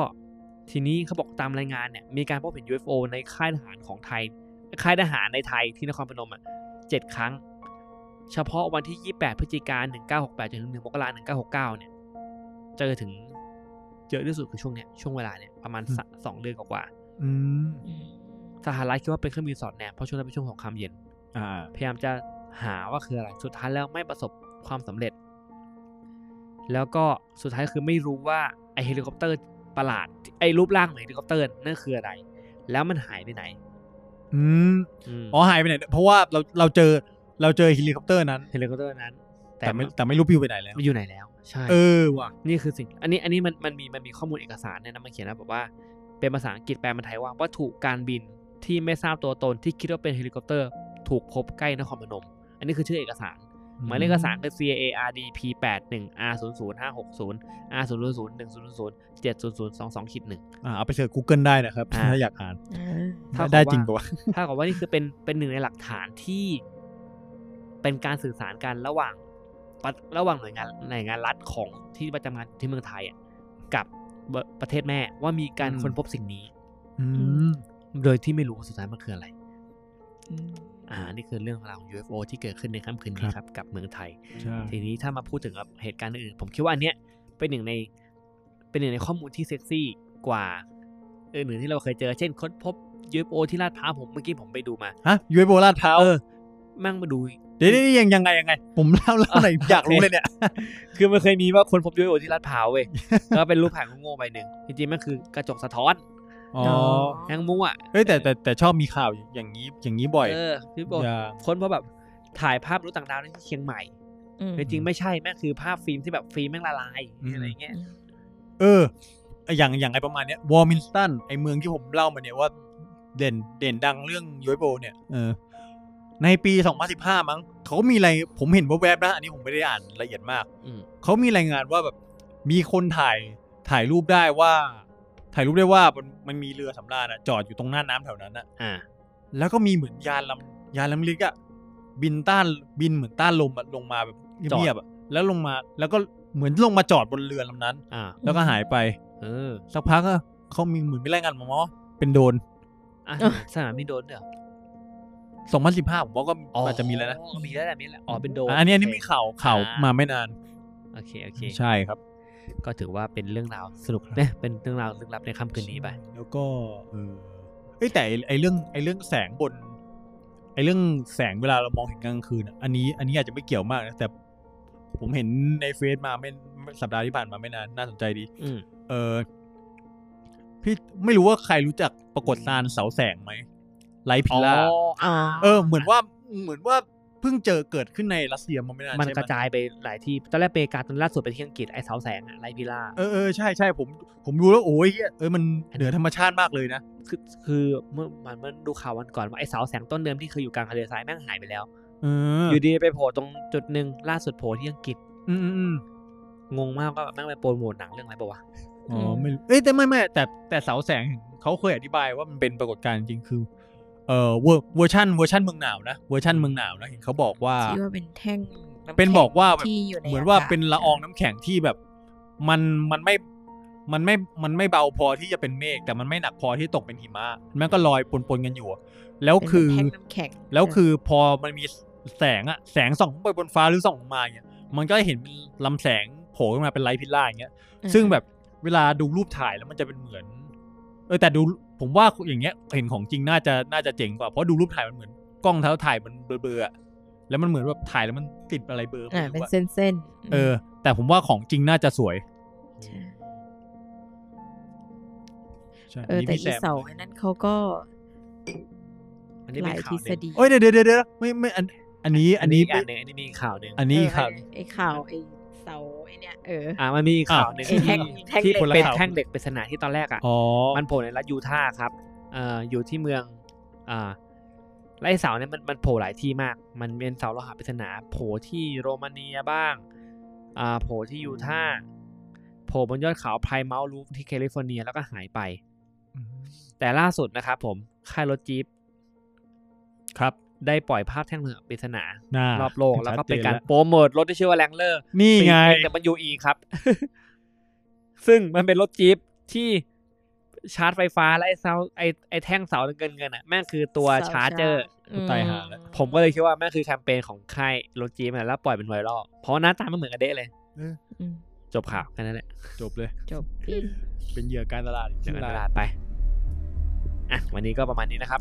Speaker 4: ทีนี้เขาบอกตามรายงานเนี่ย มีการพบเห็น UFO ในค่ายทหารของไทย ค่ายทหารในไทยที่นครพนมอ่ะเจ็ดครั้ง เฉพาะวันที่ 28 พฤศจิกายน1968จนถึง1มกราคม1969 เนี่ย เจอถึงเยอะที่สุดคือช่วงเนี้ยช่วงเวลาเนี่ยประมาณสักสองเดือนกว่าๆ
Speaker 2: อืม
Speaker 4: สหรัฐคิดว่าเป็นเครื่องบินสอดแนมเพราะช่วงนั้นเป็นช่วงสงครามเย็น
Speaker 2: อ่า
Speaker 4: พยายามจะ หาว่าคืออะไร สุดท้ายแล้วไม่ประสบความสำเร็จ แล้วก็สุดท้ายคือไม่รู้ว่าไอเฮลิคอปเตอร์ประหลาด ไอรูปร่างของเฮลิคอปเตอร์นั่นคืออะไร แล้วมันหายไปไหน
Speaker 2: อืม
Speaker 4: ม
Speaker 2: อ๋อหายไปไหนเพราะว่าเราเราเจอเราเจอเฮลิคอปเตอร์นั้น
Speaker 4: เฮลิคอปเตอร์นั้น แต่
Speaker 2: แต่ไม่
Speaker 4: มัน
Speaker 2: แต่ไม่รู้ปลิวไปไหนแล้ว
Speaker 4: มันอยู่ไหนแล้ว ใช่
Speaker 2: เออว่ะ
Speaker 4: นี่คือสิ่ง อันนี้ อันนี้มัน มันมี มันมีข้อมูลเอกสารเนี่ยนะมันเขียนนะบอกว่า เป็นภาษาอังกฤษแปลเป็นไทยว่าวัตถุการบินที่ไม่ทราบตัวตนที่คิดว่าเป็นเฮลิคอปเตอร์ ถูกพบใกล้นครพนม อันนี้คือชื่อเอกสาร หมายเลขเอกสารคือ CARD P81 R00560 R000 1000 7002 2ขีดห [laughs] นึ่ง
Speaker 2: อ่าเอาไปเสิร์ช Google ได้นะครับ
Speaker 4: อ่า
Speaker 2: ถ้าอยากอ่าน
Speaker 5: อ่า
Speaker 4: ถ้า
Speaker 2: ได้
Speaker 4: บอกว่า
Speaker 2: จริงปะวะ
Speaker 4: ถ้ากับว่านี่คือเป็นเป็นหนึ่งในหลักฐานที่เป็นการสื่อสารกันระหว่างประระหว่างหน่วยงานหน่วยงานรัฐของที่ประจำงานที่เมืองไทยอ่ะกับประประเทศแม่ว่ามีการ
Speaker 2: อืม
Speaker 4: ค้นพบสิ่งนี้
Speaker 2: อืม
Speaker 4: โดยที่ไม่รู้ว่าสุดท้ายมันคืออะไร
Speaker 5: อืม
Speaker 4: อ่า นี่คือเรื่องราวของ UFO ที่เกิดขึ้นในค่ำคืนนี้ครับกับเมืองไทย
Speaker 2: ใช่
Speaker 4: ทีนี้ถ้ามาพูดถึงกับเหตุการณ์อื่นๆผมคิดว่าอันเนี้ยเป็นหนึ่งในเป็นหนึ่งในข้อมูลที่เซ็กซี่กว่าอื่นๆที่เราเคยเจอ เช่นค้นพบ UFO ที่ลาดพร้าวผมเมื่อกี้ผมไปดูมา
Speaker 2: ฮะยูเอโบลาดพร้าว
Speaker 4: มั่งมาดู
Speaker 2: เดี๋ยวนี่ยังยังไงยังไง ผมเล่าเล่า [laughs] หน่อย
Speaker 4: อ่ะ
Speaker 2: อยากรู้เลยเนี่ย
Speaker 4: คือมันเคยมีว่าคนพบยูเอโอที่ลาดพร้าวเว้ย [laughs] แล้วเป็นรูปถ่ายโง่ๆใบหนึ่งจริงๆมันคือกระจกสะท้อน
Speaker 2: อ๋อ
Speaker 4: แางมั่ว
Speaker 2: เฮ้ยแต่แต่แต่ชอบมีข่าวอย่างนี้อย่างนี้บ่อย
Speaker 4: เออพี่บอก
Speaker 2: อย่า
Speaker 4: คนเพราะแบบถ่ายภาพรู้ต่างดาวในที่เชียงใหม่
Speaker 5: อืม
Speaker 4: แต่จริงๆไม่ใช่แม่งคือภาพฟิล์มที่แบบฟิล์มแม่งละลาย
Speaker 2: อืม
Speaker 4: อะไรเงี้ย
Speaker 2: เออไอ้อย่างอย่างไอประมาณเนี้ยวอร์มินตันไอเมืองที่ผมเล่ามาเนี่ยว่า เด่นเด่นดังเรื่องยูเอโบเนี่ยเออในปี 2015 มั้งเขามีอะไรผมเห็นแวบๆนะ อันนี้ผมไม่ได้อ่านละเอียดมาก
Speaker 4: อืม
Speaker 2: เขามีรายงานว่าแบบมีคนถ่ายถ่ายรูปได้ว่า ถ่ายรูปได้ว่ามันมันมีเรือสำราญอะจอดอยู่ตรงหน้าน้ำแถวนั้นอะ
Speaker 4: อ่า
Speaker 2: แล้วก็มีเหมือนยานลำยานลำลึกอะบินต้านบินเหมือนต้านลมอะลงมาแบบ
Speaker 4: จอด
Speaker 2: เงียบๆอะแล้วลงมาแล้วก็เหมือนลงมาจอดบนเรือลำนั้น
Speaker 4: อ่า
Speaker 2: แล้วก็หายไป
Speaker 4: เออ
Speaker 2: สักพักก็เขามีเหมือนมีรายงานมาว่าเป็นโดน
Speaker 4: อ่ะ
Speaker 5: เออ
Speaker 4: สนามบินโดนด้วยเหรอ
Speaker 2: 2015 ผมว่าก็อาจจะมีแล้วนะ
Speaker 4: มีแล้วแหละมีแล้วอ๋อเป็นโดน
Speaker 2: อันนี้อันนี้
Speaker 4: โเค
Speaker 2: มีข่าวข่าว
Speaker 4: อ่าม
Speaker 2: มาไม่นาน
Speaker 4: โอเคโอเค
Speaker 2: ใช่ครับ
Speaker 4: ก็ถือว่าเป็นเรื่องราวสนุกนะเป็นเรื่องราวลึกลับในค่ำคืนนี้ไป
Speaker 2: แล้วก็เออเอ้ยแต่ไอ้ไอเรื่องไอเรื่องแสงบน ไอเรื่องแสงเวลาเรามองเห็นกลางคืนอะอันนี้อันนี้อาจจะไม่เกี่ยวมากนะแต่ผมเห็นในเฟซมาไม่ไม่สัปดาห์ที่ผ่านมาไม่นานน่าสนใจดี
Speaker 4: อืม
Speaker 2: เออพี่ไม่รู้ว่าใครรู้จักปรากฏการณ์เสาแสงไหมไลท์พิ
Speaker 4: อ๋อ
Speaker 2: ล่า
Speaker 4: อ่า
Speaker 2: เออ เหมือนว่าเหมือนว่าเพิ่งเจอเกิดขึ้นในรัสเซียมาไม่นาน
Speaker 4: มัน
Speaker 2: ใช่ไห
Speaker 4: กระจายไปหลายที่ตอนแรกเปกาตอนล่าสุดไปที่อังกฤษไอ้เสาแสงอะไลพิล่า
Speaker 2: เออเออใช่ใช่ผม ผมรู้แล้วโอ้ยเหี้ยเออมันเหนือธรรมชาติมากเลยนะ
Speaker 4: คือคือเมื่อมันมันดูข่าววันก่อนว่าไอ้เสาแสงต้นเดิมที่เคยอยู่กลางทะเลทรายแม่งหายไปแล้ว
Speaker 2: เออ
Speaker 4: อยู่ดีไปโผล่ตรงจุดหนึ่งล่าสุดโผล่ที่อังกฤษ
Speaker 2: อืมอืมอืม
Speaker 4: งงมากว่าแบบแม่งไปโปรโมทหนังเรื่องอะไรปะวะ
Speaker 2: อ๋อ
Speaker 5: ม
Speaker 2: ไม่รู้เอ้ยแต่ไม่ไม่แต่แต่เสาแสงเขาเคยอธิบายว่ามันเป็นปรากฏการณ์จริงคือเอ่อเวอร์เวอร์ชันเวอร์ชันเมืองหนาวนะเวอร์ชันเมืองหนาวนะเห็นเขาบอกว่า
Speaker 5: ที่ว่าเป็นแท่งำแข็ง
Speaker 2: เป็นบอกว่าแบบ
Speaker 5: ที่ยู่ใ
Speaker 2: เหมือนว่า
Speaker 5: ศ
Speaker 2: เป็นละอองน้ำแข็งที่แบบ มันมันไม่มันไม่มันไม่เบาพอที่จะเป็นเมฆแต่มันไม่หนักพอที่ตกเป็นหิมะมันก็ลอยปนๆกันอยู่อะแล้ว
Speaker 5: เป็น
Speaker 2: คือ
Speaker 5: แท่งน้ำแข็ง
Speaker 2: แล้วคือพอมันมีแสงอะแสงส่องขึ้นไปบนฟ้าหรือส่องลงมาเนี่ยมันก็เห็นเป็นลำแสงโผล่ขึ้นมาเป็นไลท์พิลล่าอย่างเงี้ย
Speaker 5: อ่า
Speaker 2: ซึ่งแบบเวลาดูรูปถ่ายแล้วมันจะเป็นเหมือน เออแต่ดูผมว่าอย่างเงี้ยเห็นของจริงน่าจะน่าจะเจ๋งกว่าเพราะดูรูปถ่ายมันเหมือนกล้องเท้าถ่ายมันเบลอๆอะแล้วมันเหมือนแบบถ่ายแล้วมันติดอะไรเบลอ
Speaker 5: อ่า
Speaker 2: ไม่
Speaker 5: เป็น
Speaker 2: รู้อะ
Speaker 5: เส้นเส้น
Speaker 2: เออ แต่ผมว่าของจริงน่าจะสวยใช่
Speaker 5: เออ แต่
Speaker 2: พี่
Speaker 5: อี
Speaker 2: ม
Speaker 5: เสาอันนั้นเขาก็
Speaker 4: อันนี้
Speaker 5: ห
Speaker 4: มี
Speaker 5: ลาย
Speaker 4: ข่า
Speaker 5: ท
Speaker 4: ว
Speaker 5: ฤ
Speaker 4: ห
Speaker 5: ษ
Speaker 4: นึ่ง
Speaker 5: ฎี
Speaker 2: เอ้ยเดี๋ยวเดี๋ยวเดี๋ยวเดี๋ยวไม่ไม่อันอันนี้
Speaker 4: อั
Speaker 2: อั
Speaker 4: น
Speaker 2: น
Speaker 4: นี้
Speaker 2: นี้
Speaker 4: อีกอันหนึ่งอันนี้มีอีกข่าวหนึ่ง
Speaker 2: อัน
Speaker 5: เอ
Speaker 2: นี้
Speaker 5: อ
Speaker 2: ครับ
Speaker 5: ไอ้ข่าวไอ้เสาไอ้เนี่ยเออ
Speaker 4: อ่ามันมีอีกข่าวหนึ่ง
Speaker 5: ไอ้แท่งแท่ง
Speaker 4: ที่
Speaker 5: เหล็ก
Speaker 4: เป็น
Speaker 2: คนละข่าว
Speaker 4: แท่งเหล็กปริศนาที่ตอนแรกอ่ะ
Speaker 2: อ๋อ
Speaker 4: มันโผล่ในรัฐยูทาห์ครับเอ่ออยู่ที่เมืองอ่าและไอ้เสาเนี่ยมันมันโผล่หลายที่มาก มันเป็นเสาโลหะปริศนาโผล่ที่โรมาเนียบ้างอ่าโผล่ที่ยูทาห์โผล่บนยอดเขาไพรเมาลูฟที่แคลิฟอร์เนียแล้วก็หายไป แต่ล่าสุดนะครับผมค่ายรถจี๊ป
Speaker 2: ครับ
Speaker 4: ได้ปล่อยภาพแท่งเหลืองปริศนา
Speaker 2: น่าร
Speaker 4: อบโลกแล้วก็เป็นการ
Speaker 2: ชัดจ
Speaker 4: โปรโมทรถที่ชื่อว่าแรงเลอร์
Speaker 2: ะนี่ไง
Speaker 4: แต่มันยูอีครับ [laughs] ซึ่งมันเป็นรถจี๊ปที่ชาร์จไฟฟ้า และไอ้เสาไอ้ไอ้แท่งเสาเงินเงินๆอ่ะแม่งคือตัวชาร์จเจอร์
Speaker 5: ม
Speaker 2: ตายห่าแล้ว
Speaker 4: ผมก็เลยคิดว่าแม่งคือแคมเปญของค่ายรถจี๊ปนะแล้วปล่อยเป็นไวรัลเพราะหน้าตามันเหมือนกันเด้เลย
Speaker 5: อืม
Speaker 4: จบข่าวแค่นั้นแหละ
Speaker 2: จบเลย
Speaker 5: จบปี
Speaker 2: เป็นเหยื่อการตลาดอีก
Speaker 4: เดี๋ยวกัน
Speaker 2: ร
Speaker 4: ต
Speaker 2: ย
Speaker 4: ลาดไปอ่ะวันนี้ก็ประมาณนี้นะครับ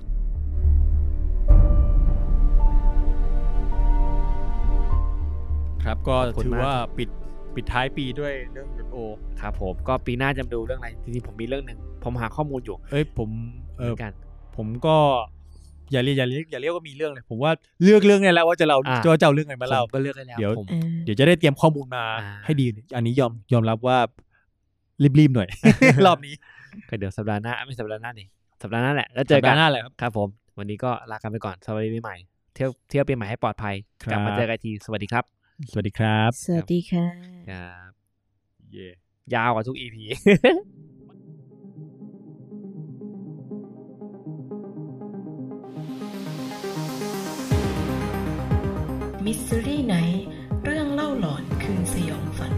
Speaker 2: ครับก็
Speaker 4: ขอบคุณ
Speaker 2: ถือ
Speaker 4: มาก
Speaker 2: ว่าปิดปิดท้ายปีด้วยเรื่องรถโอ
Speaker 4: ครับผมก็ปีหน้าจะมาดูเรื่องอะไรจริงๆผมมีเรื่องหนึ่งผมหาข้อมูลอยู่
Speaker 2: เอ้ยผม
Speaker 4: เห
Speaker 2: เอ
Speaker 4: มื
Speaker 2: อ
Speaker 4: อนกัน
Speaker 2: ผมก็อย่าเรียกอย่าเรียกอย่าเรียกว่ามีเรื่องเลย ผมว่าเลือกเรื่องได้แล้วว่าจะเรา
Speaker 4: อ่า
Speaker 2: จะว่าจะเอาเรื่องไหนมาเล่า
Speaker 4: ผมก็เลือกให้แล้ว
Speaker 2: เดี๋ยว
Speaker 4: ผม
Speaker 5: เออ
Speaker 2: เดี๋ยวจะได้เตรียมข้อมูลมา
Speaker 4: อ่า
Speaker 2: ให้ดี อันนี้ยอมยอมรับว่ารีบๆห
Speaker 4: [laughs]
Speaker 2: น่อย รอบนี้
Speaker 4: ก็เดี๋ยวสัปดาห์หน้าไม่สัปดาห์หน้านี่สัปดาห์หน้าแหละแล้วเจอกั
Speaker 2: สัปดาน ห์หน้าแหละครับ
Speaker 4: ครับผม วันนี้ก็ลากันไปก่อนสวัสดีปีใหม่ เที่ยวเที่ยวปีใหม่ให้ปลอดภัย
Speaker 2: ครับ
Speaker 4: กลับมาเจอกันอีกทีสวัสดีครับ
Speaker 2: สวัสดีครับ
Speaker 5: สวัสดีค่ะ
Speaker 4: ครับ
Speaker 2: เย่
Speaker 4: ยาวกว่าทุกอีพี
Speaker 3: มิสซิรี่ไนท์เรื่องเล่าหลอนคืนสยองฝัน